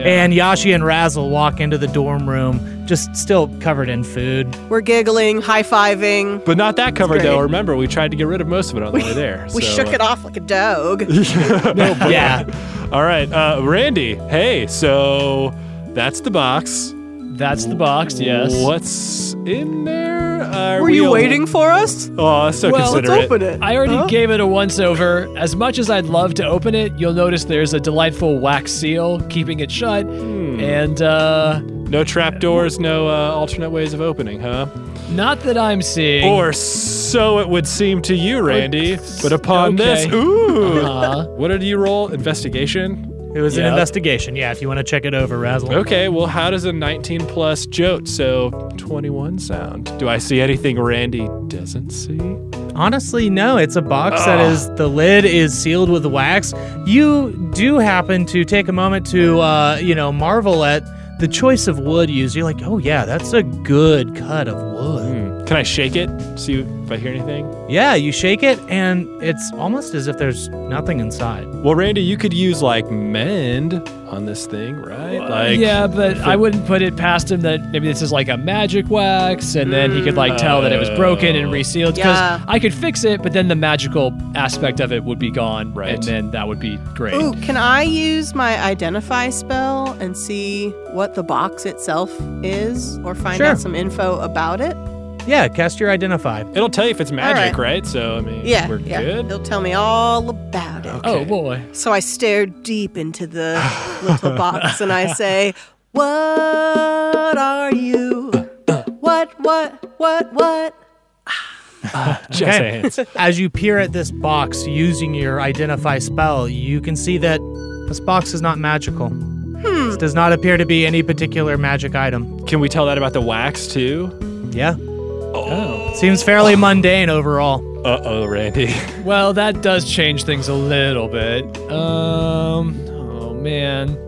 And Yashi and Razzle walk into the dorm room, just still covered in food.
We're giggling, high fiving.
But not that covered
great.
though. Remember, we tried to get rid of most of it on the way there.
<laughs> We
so, uh,
shook it off like
<laughs>
a dog.
yeah.
All right, uh, Randy. Hey, so that's the box.
That's the box, yes.
What's in there? Are
Were
we
you
al-
waiting for us?
Oh, so
Well,
considerate.
Let's open it.
I already
Huh?
gave it a once over. As much as I'd love to open it, you'll notice there's a delightful wax seal keeping it shut.
Hmm.
And uh,
No trapdoors, no uh, alternate ways of opening, huh?
not that I'm seeing.
Or so it would seem to you, Randy. But upon this,
okay.
ooh.
Uh-huh.
Uh,
What did you roll? Investigation?
It was an
Yep.
investigation. Yeah, if you want to check it over, Razzle.
Okay, well, how does a 19 plus jolt, so 21 sound? Do I see anything Randy doesn't see?
Honestly, no. It's a box that is the lid is sealed with wax. You do happen to take a moment to uh, you know marvel at the choice of wood used. You're like, oh yeah, that's a good cut of wood.
Hmm. Can I shake it? See if I hear anything?
Yeah, you shake it, and it's almost as if there's nothing inside.
Well, Randy, you could use like mend on this thing, right? Like,
yeah, but I wouldn't put it past him that maybe this is like a magic wax, and then he could like tell that it was broken
Oh.
and resealed. Because
Yeah.
I could fix it, but then the magical aspect of it would be gone,
Right.
and then that would be great.
Ooh, can I use my identify spell and see what the box itself is or find
Sure.
out some info about it?
Yeah, cast your identify.
It'll tell you if it's magic,
right.
right. So, I mean,
Yeah.
we're
yeah.
good.
He'll tell me all about it.
Oh boy!
So I stare deep into
<sighs>
the little box and I say, What are you? What, what, what, what?
Just hands.
<laughs>
As you peer at this box using your identify spell, you can see that this box is not magical. This does not appear to be any particular magic item.
Can we tell that about the wax too?
Yeah. Oh. Seems fairly mundane overall.
Uh oh, Randy. <laughs>
Well, that does change things a little bit. Um.
<laughs>
Oh man.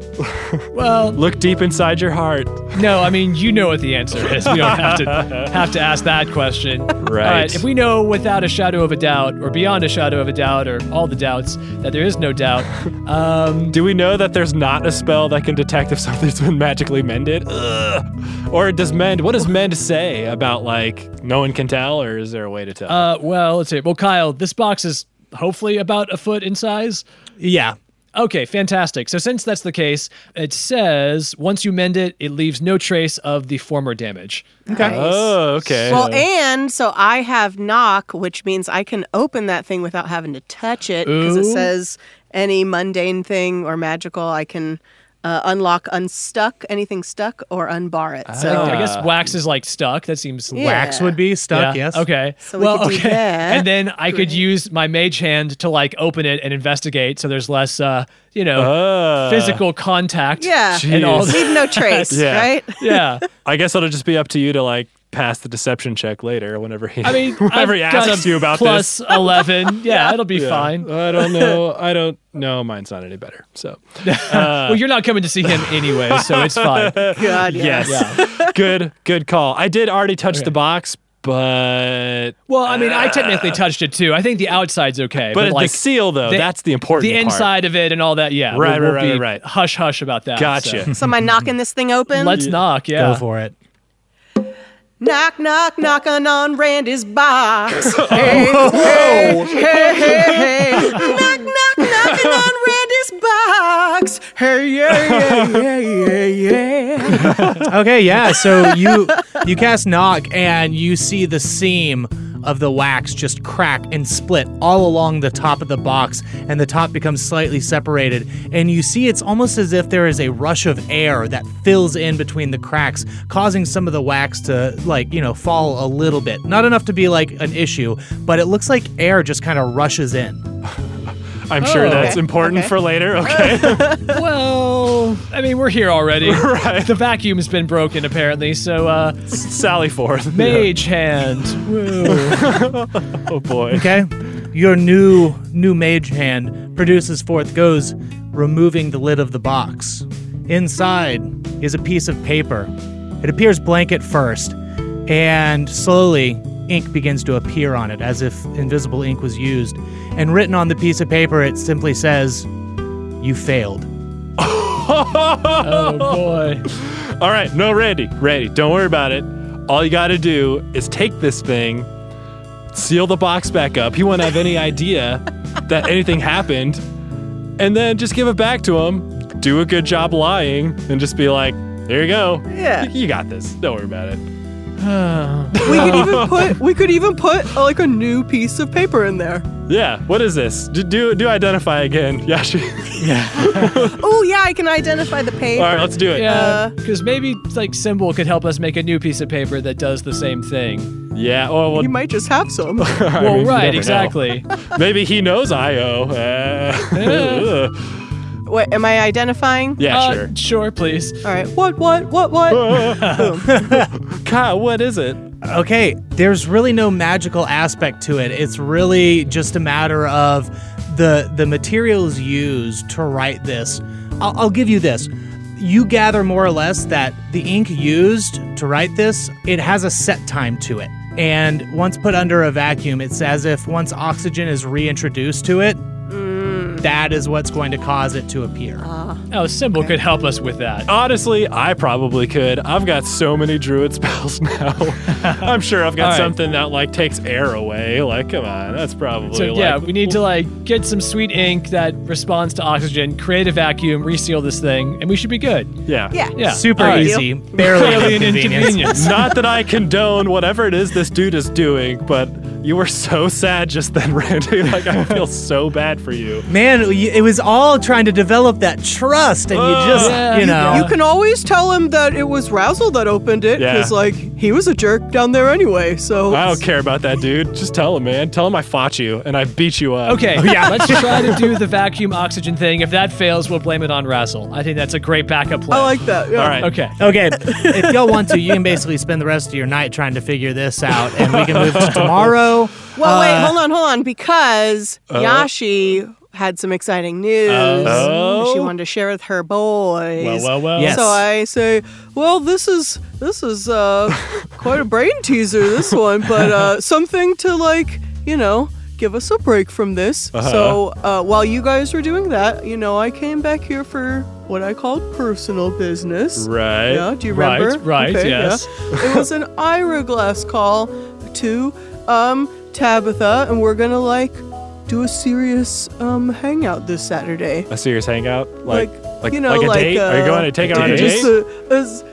Well,
Look deep inside your heart.
no. I mean, you know what the answer is. We
<laughs>
don't have to have to ask that question. All
Right.
if we know without a shadow of a doubt, or beyond a shadow of a doubt, or all the doubts that there is no doubt, um,
Do we know that there's not a spell that can detect if something's been magically mended? Ugh. Or does mend, <laughs> what does mend say about like no one can tell or is there a way to tell?
Uh, well, let's see. Well, Kyle, this box is hopefully about a foot in size.
Yeah.
Okay, fantastic. So since that's the case, it says once you mend it, it leaves no trace of the former
<laughs>
damage.
Okay.
oh, okay.
Well, and so I have knock, which means I can open that thing without having to touch it because it
Ooh.
says any mundane thing or magical, I can uh, unlock, unstuck anything stuck, or unbar it. So
I guess wax is like stuck. That seems
Wax
Yeah.
would be stuck, yes.
Okay.
So we could do that.
And then I could use my mage hand to like open it and investigate, so there's less, uh, you know,
Uh,
physical contact.
Yeah.
And all
Jeez.
that.
leave no
<laughs>
trace,
Yeah.
right?
<laughs> Yeah.
I guess it'll just be up to you to like pass the deception check later whenever he
I mean,
<laughs> whenever
I've
he
got a
asks you about this. Uh. <laughs>
plus eleven. Yeah, it'll be <laughs> fine.
I don't know. I don't know. Mine's not any better. So, uh,
well, you're not coming to see him anyway, so
<laughs>
it's fine.
God, yeah.
yes. <laughs> good, good call. I did already touch the box, but
Well, I mean, I technically touched it too. I think the outside's okay,
but,
but, like
the seal though,
the-
that's the important
the
part.
inside of it and all that.
Right,
Yeah, we'll,
right,
we'll
right,
be
right, right.
Hush, hush about that.
Gotcha.
So am I knocking this thing
so.
open?
Let's knock. Yeah.
Go for it.
knock, knock, knocking on
<laughs>
Randy's box.
Oh,
hey, hey, hey, hey, hey. knock, knock, knocking on Randy's box. Hey, yeah,
<laughs>
yeah, yeah, yeah, yeah.
Okay, yeah. So you you cast knock and you see the seam of the wax just crack and split all along the top of the box and the top becomes slightly separated and you see it's almost as if there is a rush of air that fills in between the cracks causing some of the wax to like you know fall a little bit not enough to be like an issue but it looks like air just kind of rushes in
I'm sure
Oh,
that's
okay,
important
okay.
for
<laughs>
later. Okay.
Well, I mean, we're here
<laughs>
already.
Right.
The vacuum's been broken apparently. So, uh,
Sally forth.
mage hand. Woo.
<laughs> Oh boy.
Okay. Your new new mage hand produces forth goes removing the lid of the box. Inside is a piece of paper. It appears blank at first, and slowly ink begins to appear on it as if invisible ink was used. And written on the piece of paper it simply says, "You failed."
Oh boy.
All right, no, Randy, Randy, don't worry about it. All you got to do is take this thing, seal the box back up. He wouldn't have <laughs> any idea that anything happened, and then just give it back to him. Do a good job lying, and just be like, "There you go.
Yeah.
Y- you got this. Don't worry about it."
We could even put we could even put uh, like a new piece of paper in there.
Yeah. What is this? Do do, do identify again, <laughs> Yashi.
Oh yeah, I can identify the page.
All right, let's do it.
Yeah, because maybe like symbol could help us make a new piece of paper that does the same thing.
Yeah. Oh, well,
You might just have
<laughs>
some.
I
well,
mean, you never
right,
know.
exactly.
Maybe he knows <laughs> Io. Uh,
Wait, am I identifying?
<laughs> yeah, Uh,
Uh,
sure.
Sure, please.
All right. What? What? What? What?
Kyle, what is it?
Okay, there's really no magical aspect to it. It's really just a matter of the the materials used to write this. I'll, I'll give you this. You gather more or less that the ink used to write this, it has a set time to it. And once put under a vacuum, it's as if once oxygen is reintroduced to it, that is what's going to cause it to appear.
Oh, symbol could help us with that.
Oh, Honestly, I probably could. I've got so many druid <laughs> spells now. I'm sure I've got
All right.
something that like takes air away. Like, come on, that's probably
So
like,
yeah, we need to like get some sweet ink that responds to oxygen, create a vacuum, reseal this thing, and we should be good.
yeah,
Yeah.
Yeah.
Super
all right.
easy, barely
Clearly
an
an
inconvenience.
inconvenience.
Not that I condone whatever it is this dude is doing, but you were so sad just then, <laughs> Randy. Like, I feel so bad for you.
Man, it was all trying to develop that trust, and you just,
Yeah.
Oh, you
uh.
know.
You can always tell him that it was Rousel that opened it because,
Yeah.
like, he was a jerk down there anyway. So
I don't care about that dude. Just tell him, man. Tell him I fought you and I beat you up. <laughs>
Okay, Oh, yeah. let's try to do the vacuum oxygen thing. If that fails, we'll blame it on Razzle. I think that's a great backup plan.
I like that. Yeah.
All right.
Okay.
<laughs> okay, if y'all want to, you can basically spend the rest of your night trying to figure this out, and we can move to tomorrow.
Well,
Uh,
wait, hold on, hold on, because Yashi had some exciting news.
Oh.
She wanted to share with her boys.
Well, well, well.
Yes.
So I say, well, this is this is uh, <laughs> quite a brain
<laughs>
teaser, this one, but uh, something to like, you know, give us a break from this.
Uh-huh.
So uh, while you guys were doing that, you know, I came back here for what I called personal business.
Right.
Yeah, do you
Right,
remember?
right, yes.
yeah. it was
<laughs>
an Ira Glass call to um, Tabitha, and we're gonna like do a serious um, hangout this Saturday.
a serious hangout? Like,
Like,
like,
you know,
a
like,
date? Are you
uh,
going to take her on a date?
Just a- as-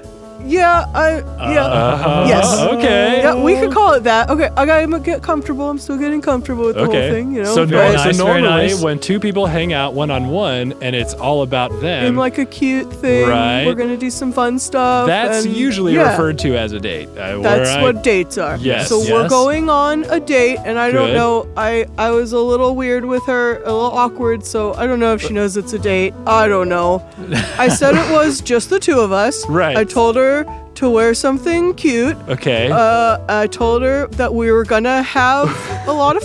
yeah, I yeah.
Uh,
yes.
Okay.
yeah, we could call it that. Okay, I gotta get comfortable. I'm still getting comfortable with the
Okay.
whole thing, you know.
so,
but
no,
very
so
nice, very
normally,
nice.
when two people hang out one on one and it's all about them,
in like a cute thing,
Right.
we're gonna do some fun stuff.
that's
and-
usually
yeah.
referred to as a date. Uh, where
That's
I-
what dates are.
Yes.
So we're
Yes.
going on a date, and I don't
Good.
know. I I was a little weird with her, a little awkward. So I don't know if she knows it's a date. I don't know. I said
<laughs>
it was just the two of us.
Right. Uh-huh.
I told her to wear something cute.
Okay.
Uh, I told her that we were gonna have a lot of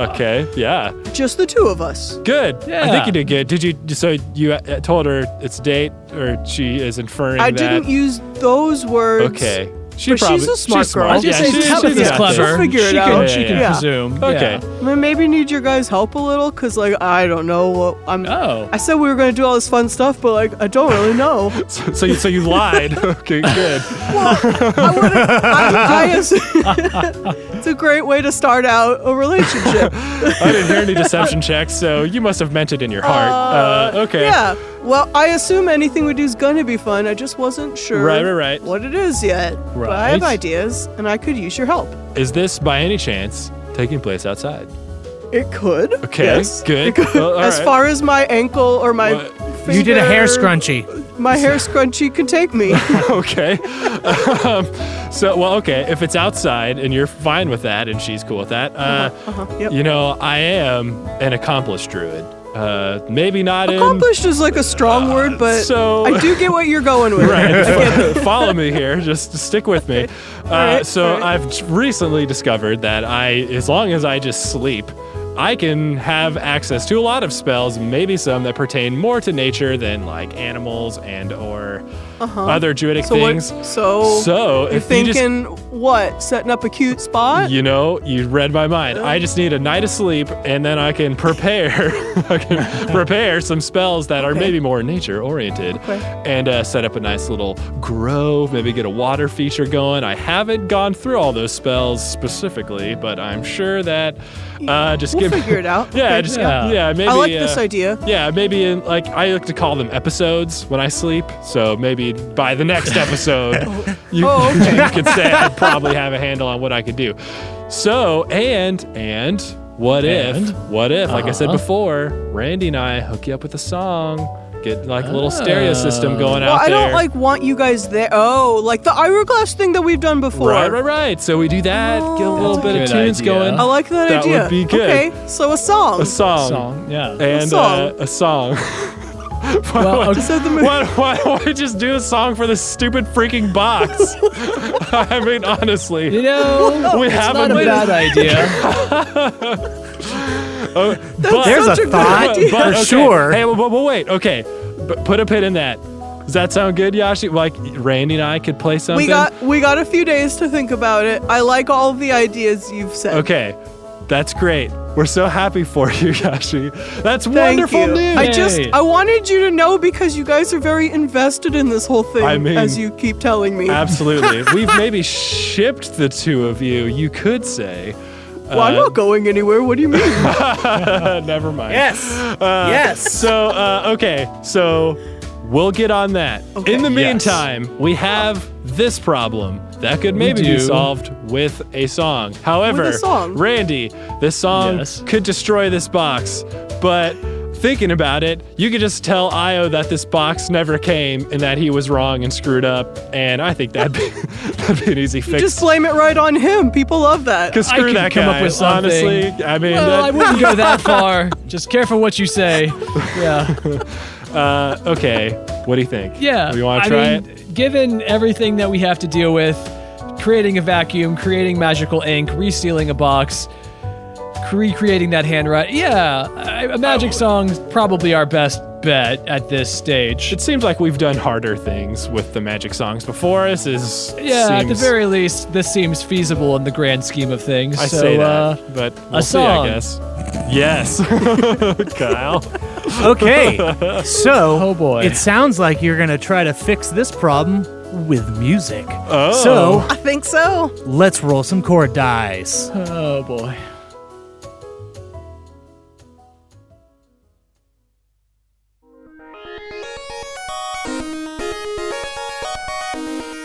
<laughs> okay. Yeah.
just the two of us.
Good. I
Yeah.
think you did good. Did you? So you uh, told her it's a date, or she is inferring
I
that?
didn't use those words.
Okay. She
But she's
probably,
a smart
she's
girl.
Smart.
I
I was just
yeah,
saying,
she's,
she's-
Tabitha's
she's
she's
got this.
clever.
She'll figure it
she
out.
can,
Yeah,
she
yeah,
can
yeah.
presume.
Okay.
Yeah.
I mean, maybe need your guys' help a little, cause like I don't know what I'm.
Ah.
Oh.
I said we were gonna do all this fun stuff, but like I don't really know.
So, so you, so you lied. <laughs> okay. Good.
I would.
<laughs>
I, I ass- <laughs> it's a great way to start out
<laughs>
a relationship.
I didn't hear any deception checks, so you must have meant it in your heart. Uh, okay.
Yeah. Well, I assume anything we do is gonna be fun. I just wasn't sure.
Right, right, right.
What it is yet. But I have
Right.
ideas, and I could use your help.
Is this by any chance taking place outside? <laughs>
It could.
Okay,
Yes.
good.
It could.
Well, all
as
right.
far as my ankle or my.
What?
You did a hair
finger,
scrunchie.
My hair scrunchie could
<laughs>
take me.
okay. um, so, well, okay. If it's outside and you're fine with that, and she's cool with that, uh,
Uh-huh, Yep.
you know, I am an accomplished druid. Uh, maybe not
Accomplished is like a strong word, but
Uh, so-
I do get what you're going with.
in.
<laughs>
Right. Follow me here. Just stick with me. Uh,
right,
so
all right.
I've j- recently discovered that I, as long as I just sleep, I can have access to a lot of spells, maybe some that pertain more to nature than like animals and or other druidic
Uh-huh. So
things.
what? So,
So,
you're
if you just-
thinking what? Setting up a cute spot?
You know, you read my mind. I just need a night of sleep, and then I can prepare, <laughs> I can prepare some spells that are maybe more nature oriented,
Okay.
and uh, set up a nice little grove. Maybe get a water feature going. I haven't gone through all those spells specifically, but I'm sure that uh, just
We'll
give <laughs>
figure it out.
yeah,
Okay.
just
Yeah.
yeah, maybe
I like
uh,
this idea.
yeah, maybe in like I like to call them episodes when I sleep. So maybe by the
<laughs>
next episode, you,
Oh, okay.
<laughs> you could say I probably have a handle on what I could do. So and and what
And?
if what if like I said
Uh-huh.
before, Randy and I hook you up with a song. Get like a little stereo
Oh.
system going
Well,
out
I
there.
don't like want you guys there. Oh, like the Iroglass thing that we've done before.
right, right, right. So we do that. get a
Oh.
little
That's
a
bit of
good
tunes
idea.
going.
I like that,
That would
idea.
be good.
Okay, so a song.
a song.
song. Yeah.
And
song.
Uh, a
<laughs>
song. Why
Well,
would-
okay.
So the
Why, why don't we just do a song for this stupid freaking
<laughs>
box? <laughs> I mean, honestly,
You know,
we
it's
have
not a
minute,
bad idea.
but-
There's
such a
a
good
thought
idea.
for
okay.
sure.
Hey, well, but, but wait, okay, but put a pin in that. Does that sound good, Yashi? Like Randy and I could play something.
we got we got a few days to think about it. I like all the ideas you've said.
okay, that's great. We're so happy for you, <laughs> Yashi. That's
Thank
wonderful
you.
news.
I just
Yay.
I wanted you to know because you guys are very invested in this whole thing
I mean-
as you keep telling me. <laughs>
Absolutely. We've maybe shipped the two of you. You could say.
well,
uh,
I'm not going anywhere. What do you mean?
Uh,
Never mind.
Yes. yes.
So uh, okay, so we'll get on that.
Okay.
In the
Yes.
meantime, we have this problem that could maybe be
do.
solved with a song. However,
song.
Randy, this song
Yes.
could destroy this box, but. Thinking about it, you could just tell Io that this box never came and that he was wrong and screwed up, and I think that'd be, <laughs> that'd be an easy <laughs> fix.
Just blame it right on him. People love that.
'Cause
I
screw
could
that
come up
guy,
with something.
Honestly, I mean,
Well,
that-
I wouldn't go that far. Just careful what you say. Yeah.
uh, <laughs> okay. What do you think?
Yeah.
Do you want
I
to try it?
mean, Given everything that we have to deal with, creating a vacuum, creating magical ink, resealing a box, recreating that handwriting. Yeah, I- a
Oh.
magic song's probably our best bet at this stage.
It seems like we've done harder things with the magic songs before us. Is
yeah, at the
seems-
very least, this seems feasible in the grand scheme of things.
I
so,
say that,
uh,
but we'll
song.
see. I guess. Yes, <laughs> Kyle.
Okay. <laughs> So,
Oh, boy.
it sounds like you're going to try to fix this problem with music.
Oh.
So,
I think so.
let's roll some chord dice.
oh boy.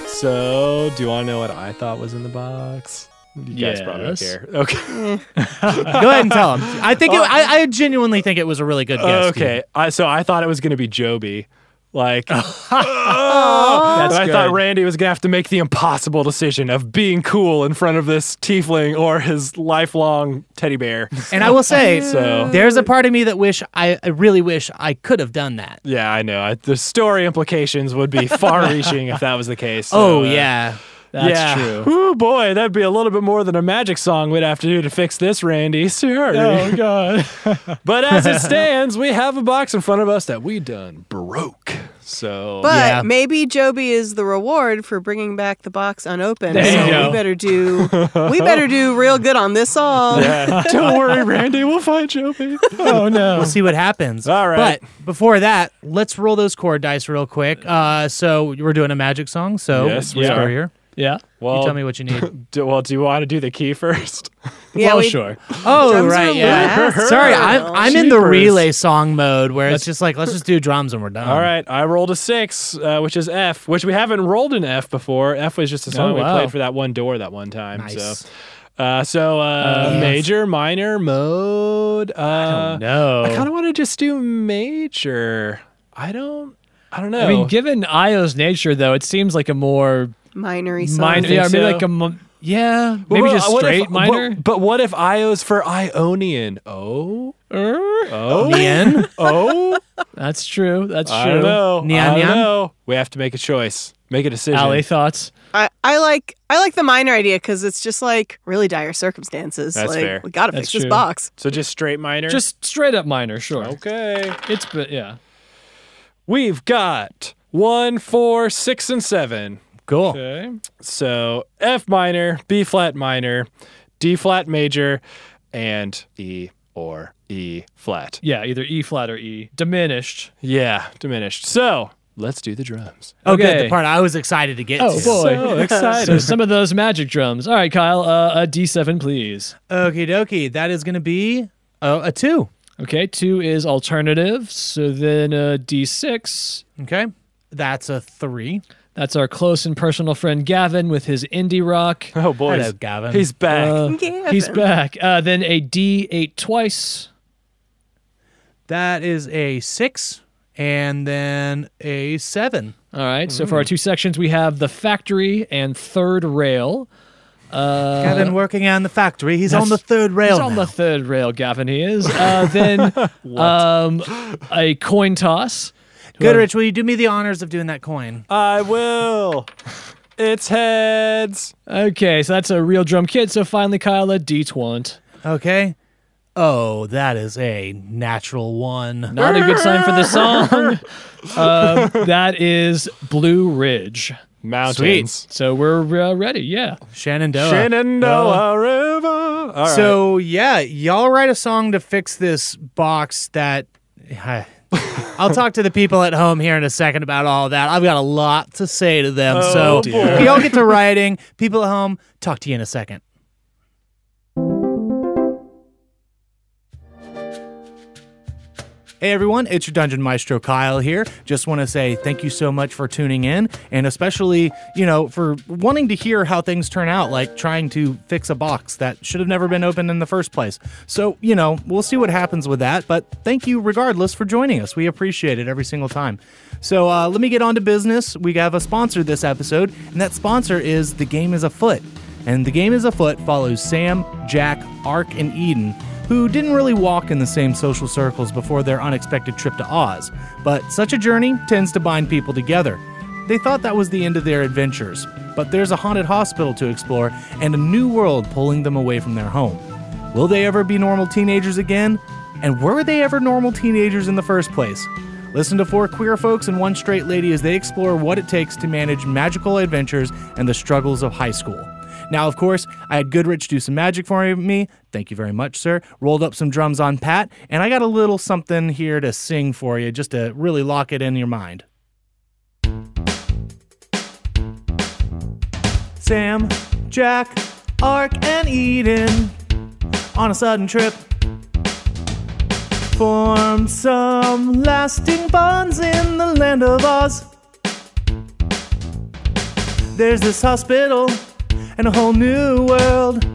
So, do you want to know what I thought was in the box? You guys probably don't
Yes.
care. <laughs> Okay.
Go ahead and tell him. I think it, I, I genuinely think it was a really good guess.
okay. I, so I thought it was gonna be Joby. Like, <laughs>
<laughs> That's
but I
good.
thought Randy was gonna have to make the impossible decision of being cool in front of this tiefling or his lifelong teddy bear.
And I will say,
So-
there's a part of me that wish I, I really wish I could have done that.
Yeah, I know. I, the story implications would be far-reaching if that was the case. so,
oh
uh,
yeah.
That's
yeah.
true.
Oh boy, that'd be a little bit more than a magic song we'd have to do to fix this, Randy. Sorry.
<laughs> Oh god.
<laughs> But
<laughs>
as it stands, we have a box in front of us that we done broke. So
But
Yeah.
maybe Joby is the reward for bringing back the box unopened.
There you
so
go.
we better do we better do real good on this song.
Yeah. <laughs> don't worry, Randy. We'll find Joby.
Oh no.
We'll see what happens.
All right.
But before that, let's roll those chord dice real quick. Uh, so we're doing a magic song. So
Yes, we
start
are.
here.
Yeah.
Well,
you tell me what you need.
<laughs> do, well, do you want to do the key first?
Yeah,
well,
we-
sure.
Oh
Drums are
right, yeah.
last.
Sorry, I'm I'm in the
Jeepers.
relay song mode where it's just like let's just do drums and we're done.
All right, I rolled a six, uh, which is F, which we haven't rolled an F before. F was just a song
wow.
we played for that one door that one time.
Nice.
So, uh, so uh,
Yes.
major, minor, mode. Uh,
No.
I kind of want to just do major. I don't. I don't know.
I mean, given Io's nature, though, it seems like a more
Minory song.
minor,
think
yeah, maybe
so?
like a m- Yeah,
Well,
maybe
well,
just
what if-
straight
what-
minor.
but what if Io's for Ionian? Oh,
Er,
oh, <laughs>
Nien?
oh.
that's true. That's
I don't
true.
know.
Nyan,
I don't
nyan?
know. We have to make a choice. Make a decision.
Alley thoughts.
I, I like I like the minor idea because it's just like really dire circumstances.
That's
like
fair.
we gotta
That's
fix this
true.
box.
So just straight minor.
Just straight up minor. Sure.
okay.
It's but yeah.
We've got one, four, six, and seven. Oh.
Cool.
Okay.
So F minor, B flat minor, D flat major, and E or E flat.
Yeah, either E flat or E. Diminished.
Yeah, diminished. So let's do the drums.
Oh,
<laughs>
good.
Okay.
The part I was excited to get
Oh,
to.
boy.
So excited.
So some of those magic drums. All right, Kyle, uh, a D7, please.
Okie dokie. That is going to be uh, a two.
Okay, two is alternative. So then a D6.
Okay. That's a three.
That's our close and personal friend Gavin with his indie rock.
Oh boy,
Hello, Gavin.
he's back.
Uh, he's
Gavin.
back. Uh, then a D8 twice.
That is a six and then a seven.
All right, so
Mm.
for our two sections, we have the factory and third rail. Uh,
Kevin working on the factory. He's on
That's-
the third rail.
He's on
now.
the third rail, Gavin.
<laughs>
He is. Uh, then um, a coin toss.
Goodrich, will you do me the honors of doing that coin?
Uh,
I will. It's heads.
Okay, so that's a real drum kit. So finally, Kyle, a D20.
Okay. Oh, that is a natural one.
Not a good sign for
<laughs>
the song. Uh, that is Blue Ridge.
Mountains.
So we're uh, ready. Yeah.
Shenandoah.
Shenandoah River. All right.
So yeah, y'all write a song to fix this box that. I'll talk to the people at home here in a second about all that. I've got a lot to say to them,
Oh,
so
dear.
y'all get to writing. People at home, talk to you in a second. Hey everyone, it's your Dungeon Maestro Kyle here. Just want to say thank you so much for tuning in and especially, you know, for wanting to hear how things turn out, like trying to fix a box that should have never been opened in the first place. So, you know, we'll see what happens with that, but thank you regardless for joining us. We appreciate it every single time. So, uh, let me get on to business. We have a sponsor this episode, and that sponsor is The Game is Afoot. And The Game is Afoot follows Sam, Jack, Ark, and Eden, who didn't really walk in the same social circles before their unexpected trip to Oz. But such a journey tends to bind people together. They thought that was the end of their adventures, but there's a haunted hospital to explore and a new world pulling them away from their home. Will they ever be normal teenagers again? And were they ever normal teenagers in the first place? Listen to four queer folks and one straight lady as they explore what it takes to manage magical adventures and the struggles of high school. Now, of course, I had Goodrich do some magic for me. Thank you very much, sir. Rolled up some drums on Pat, and I got a little something here to sing for you just to really lock it in your mind. Sam, Jack, Ark, and Eden on a sudden trip form some lasting bonds in the land of Oz. There's this hospital and a whole new world.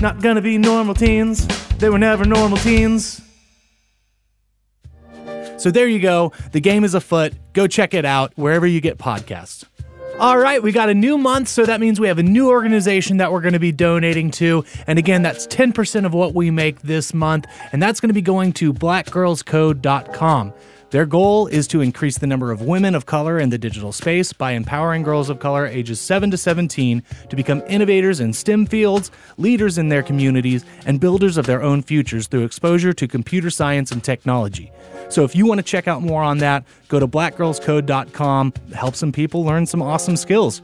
Not gonna be normal teens. They were never normal teens. So there you go. The game is afoot. Go check it out wherever you get podcasts. All right, we got a new month, so that means we have a new organization that we're going to be donating to. And again, that's 10% of what we make this month, and that's going to be going to blackgirlscode.com. Their goal is to increase the number of women of color in the digital space by empowering girls of color ages 7 to 17 to become innovators in STEM fields, leaders in their communities, and builders of their own futures through exposure to computer science and technology. So if you want to check out more on that, go to blackgirlscode.com, help some people learn some awesome skills.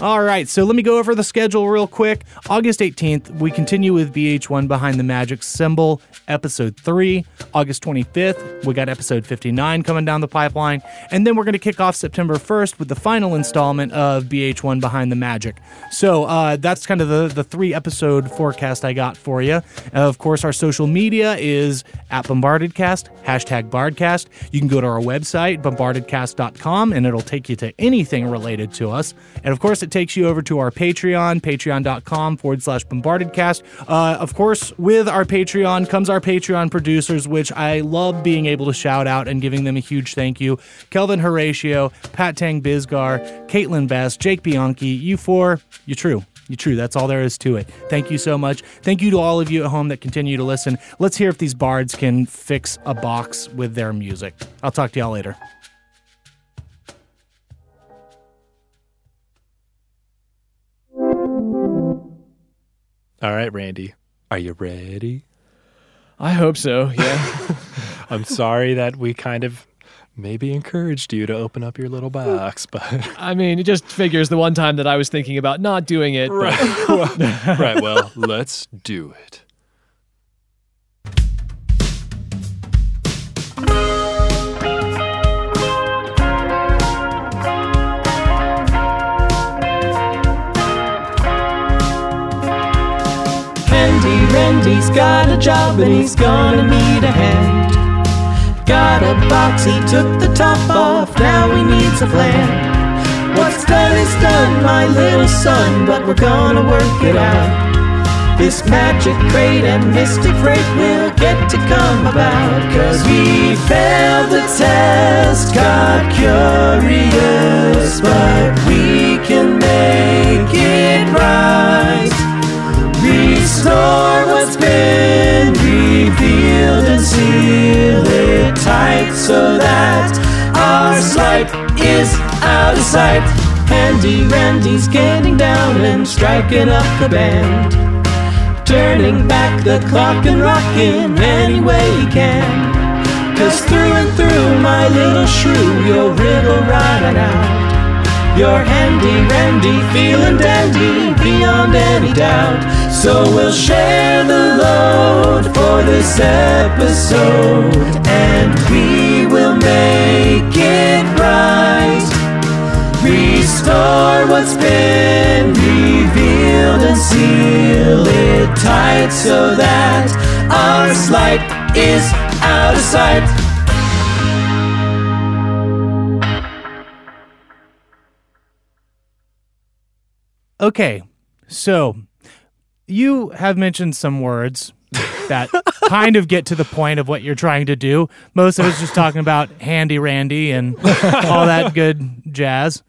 All right, so let me go over the schedule real quick. August 18th, we continue with VH1 Behind the Magic Symbol, episode 3. August 25th, we got episode 59 coming down the pipeline. And then we're going to kick off September 1st with the final installment of VH1 Behind the Magic. So uh, that's kind of the, the three episode forecast I got for you. Of course, our social media is at BombardedCast, hashtag Bardcast. You can go to our website, bombardedcast.com, and it'll take you to anything related to us. And of course, it takes you over to our Patreon, patreon.com forward slash bombardedcast. Uh, of course, with our Patreon comes our Patreon producers, which I love being able to shout out and giving them a huge thank you. Kelvin Horatio, Pat Tang Bizgar, Caitlin Best, Jake Bianchi, you four, you true. You true. That's all there is to it. Thank you so much. Thank you to all of you at home that continue to listen. Let's hear if these bards can fix a box with their music. I'll talk to y'all later.
All right, Randy. Are you ready?
I hope so. Yeah.
<laughs> I'm sorry that we kind of maybe encouraged you to open up your little
Hmm.
box, but <laughs>
I mean, it just figures the one time that I was thinking about not doing it. but-
right. well, right, well, let's do it.
Randy, Randy's got a job and he's gonna need a hand. Got a box, he took the top off, now he needs a plan. What's done is done, my little son, but we're gonna work it out. This magic crate and mystic freight will get to come about, cause we failed the test, got curious, but we can make it right. Restore what's been revealed and seal it tight so that our slight is out of sight. Handy Randy's getting down and striking up the band. Turning back the clock and rocking any way he can. Cause through and through, my little shrew, you'll wriggle right on out. You're handy, randy, feeling dandy, beyond any doubt. So we'll share the load for this episode, and we will make it right. Restore what's been revealed and seal it tight so that our slight is out of sight.
Okay, so you have mentioned some words that kind of get to the point of what you're trying to do. Most of us just talking about handy randy and all that good jazz.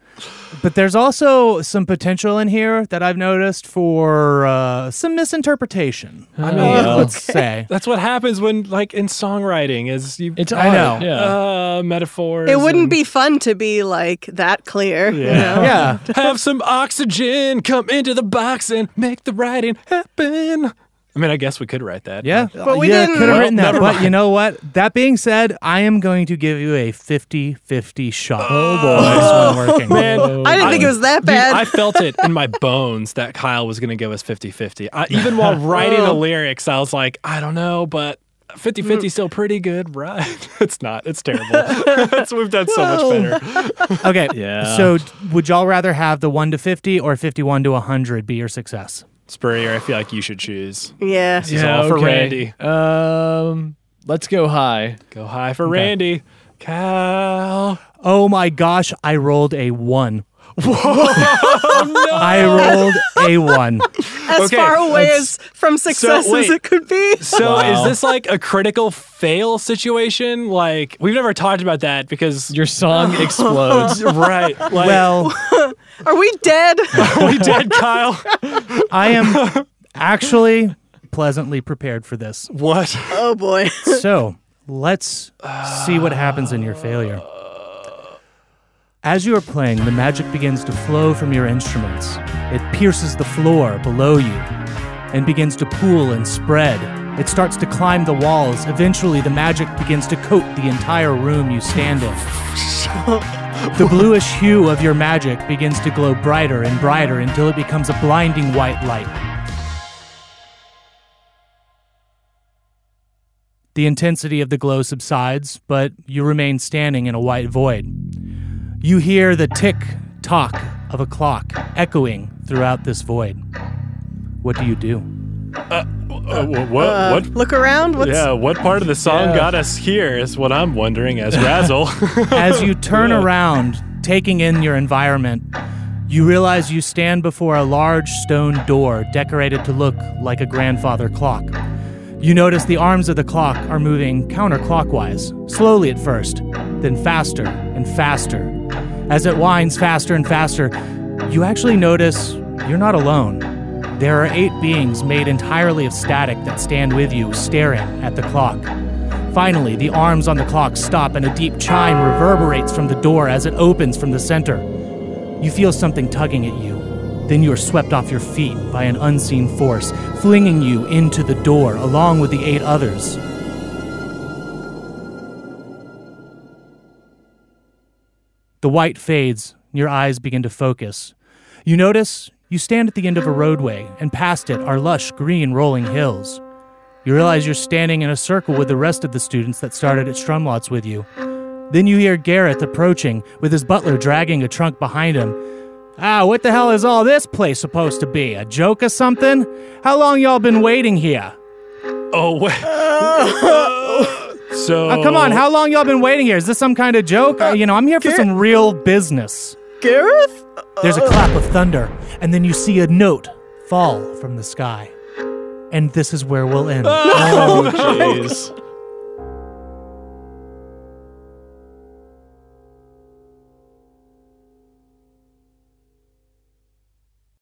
But there's also some potential in here that I've noticed for uh, some misinterpretation. I mean,
Oh,
let's say
That's what happens when, like, in songwriting, is you.
It's
I
odd,
know.
Yeah.
Uh, metaphors.
It wouldn't
and-
be fun to be like <laughs> that clear. You
Yeah.
know?
yeah.
Have some oxygen. Come into the box and make the writing happen. I mean, I guess we could write that.
Yeah,
But we
yeah,
didn't-
Could have
Well,
written that,
never
but you know what? That being said, I am going to give you a 50-50 shot. Oh boy, this one working.
Man,
<laughs> I didn't think it was that
Dude,
bad.
I felt it in my bones that Kyle was going to give us 50 50. Even
<laughs>
while writing
Oh.
the lyrics, I was like, I don't know, but 50 50 still pretty good, right? <laughs> it's not. It's
<laughs>
terrible. It's- we've done so much better.
Okay,
Yeah.
So, d- would y'all rather have the one to fifty or fifty-one to hundred be your success?
Spurrier, I feel like you should choose.
Yeah.
is all for Randy.
Um, let's go high.
Go high for Randy. Kyle.
Oh my gosh, I rolled a one. <laughs> I rolled a one.
As
Okay,
far away as from success
wait.
as it could be.
So is
Wow.
this like a critical fail situation? Like we've never talked about that because <laughs>
Your song explodes.
<laughs>
right. Like,
Well,
Are we dead?
we did, Kyle.
I am actually pleasantly prepared for this.
What?
oh boy.
So let's see what happens in your failure. As you are playing, the magic begins to flow from your instruments. It pierces the floor below you and begins to pool and spread. It starts to climb the walls. Eventually, the magic begins to coat the entire room you stand in. The bluish hue of your magic begins to glow brighter and brighter until it becomes a blinding white light. The intensity of the glow subsides, but you remain standing in a white void. You hear the tick tock of a clock echoing throughout this void. What do you do?
what?
Uh,
What?
Look around. What's
Yeah, what part of the song
Yeah.
got us here is what I'm wondering as Razzle.
As you turn around, taking in your environment, you realize you stand before a large stone door decorated to look like a grandfather clock. You notice the arms of the clock are moving counterclockwise, slowly at first, then faster and faster. As it winds faster and faster, you actually notice you're not alone. There are eight beings made entirely of static that stand with you, staring at the clock. Finally, the arms on the clock stop and a deep chime reverberates from the door as it opens from the center. You feel something tugging at you. Then you are swept off your feet by an unseen force, flinging you into the door along with the eight others. The white fades, and your eyes begin to focus. You notice you stand at the end of a roadway, and past it are lush green rolling hills. You realize you're standing in a circle with the rest of the students that started at Strumlots with you. Then you hear Gareth approaching with his butler dragging a trunk behind him. Ah, what the hell is all this place supposed to be? A joke or something? How long y'all been waiting here?
Oh wait. so
Uh, come on, how long y'all been waiting here? Is this some kind of joke? Uh, you know, I'm here for some real business.
Gareth?
There's a clap of thunder, and then you see a note fall from the sky. And this is where we'll end.
Oh, jeez.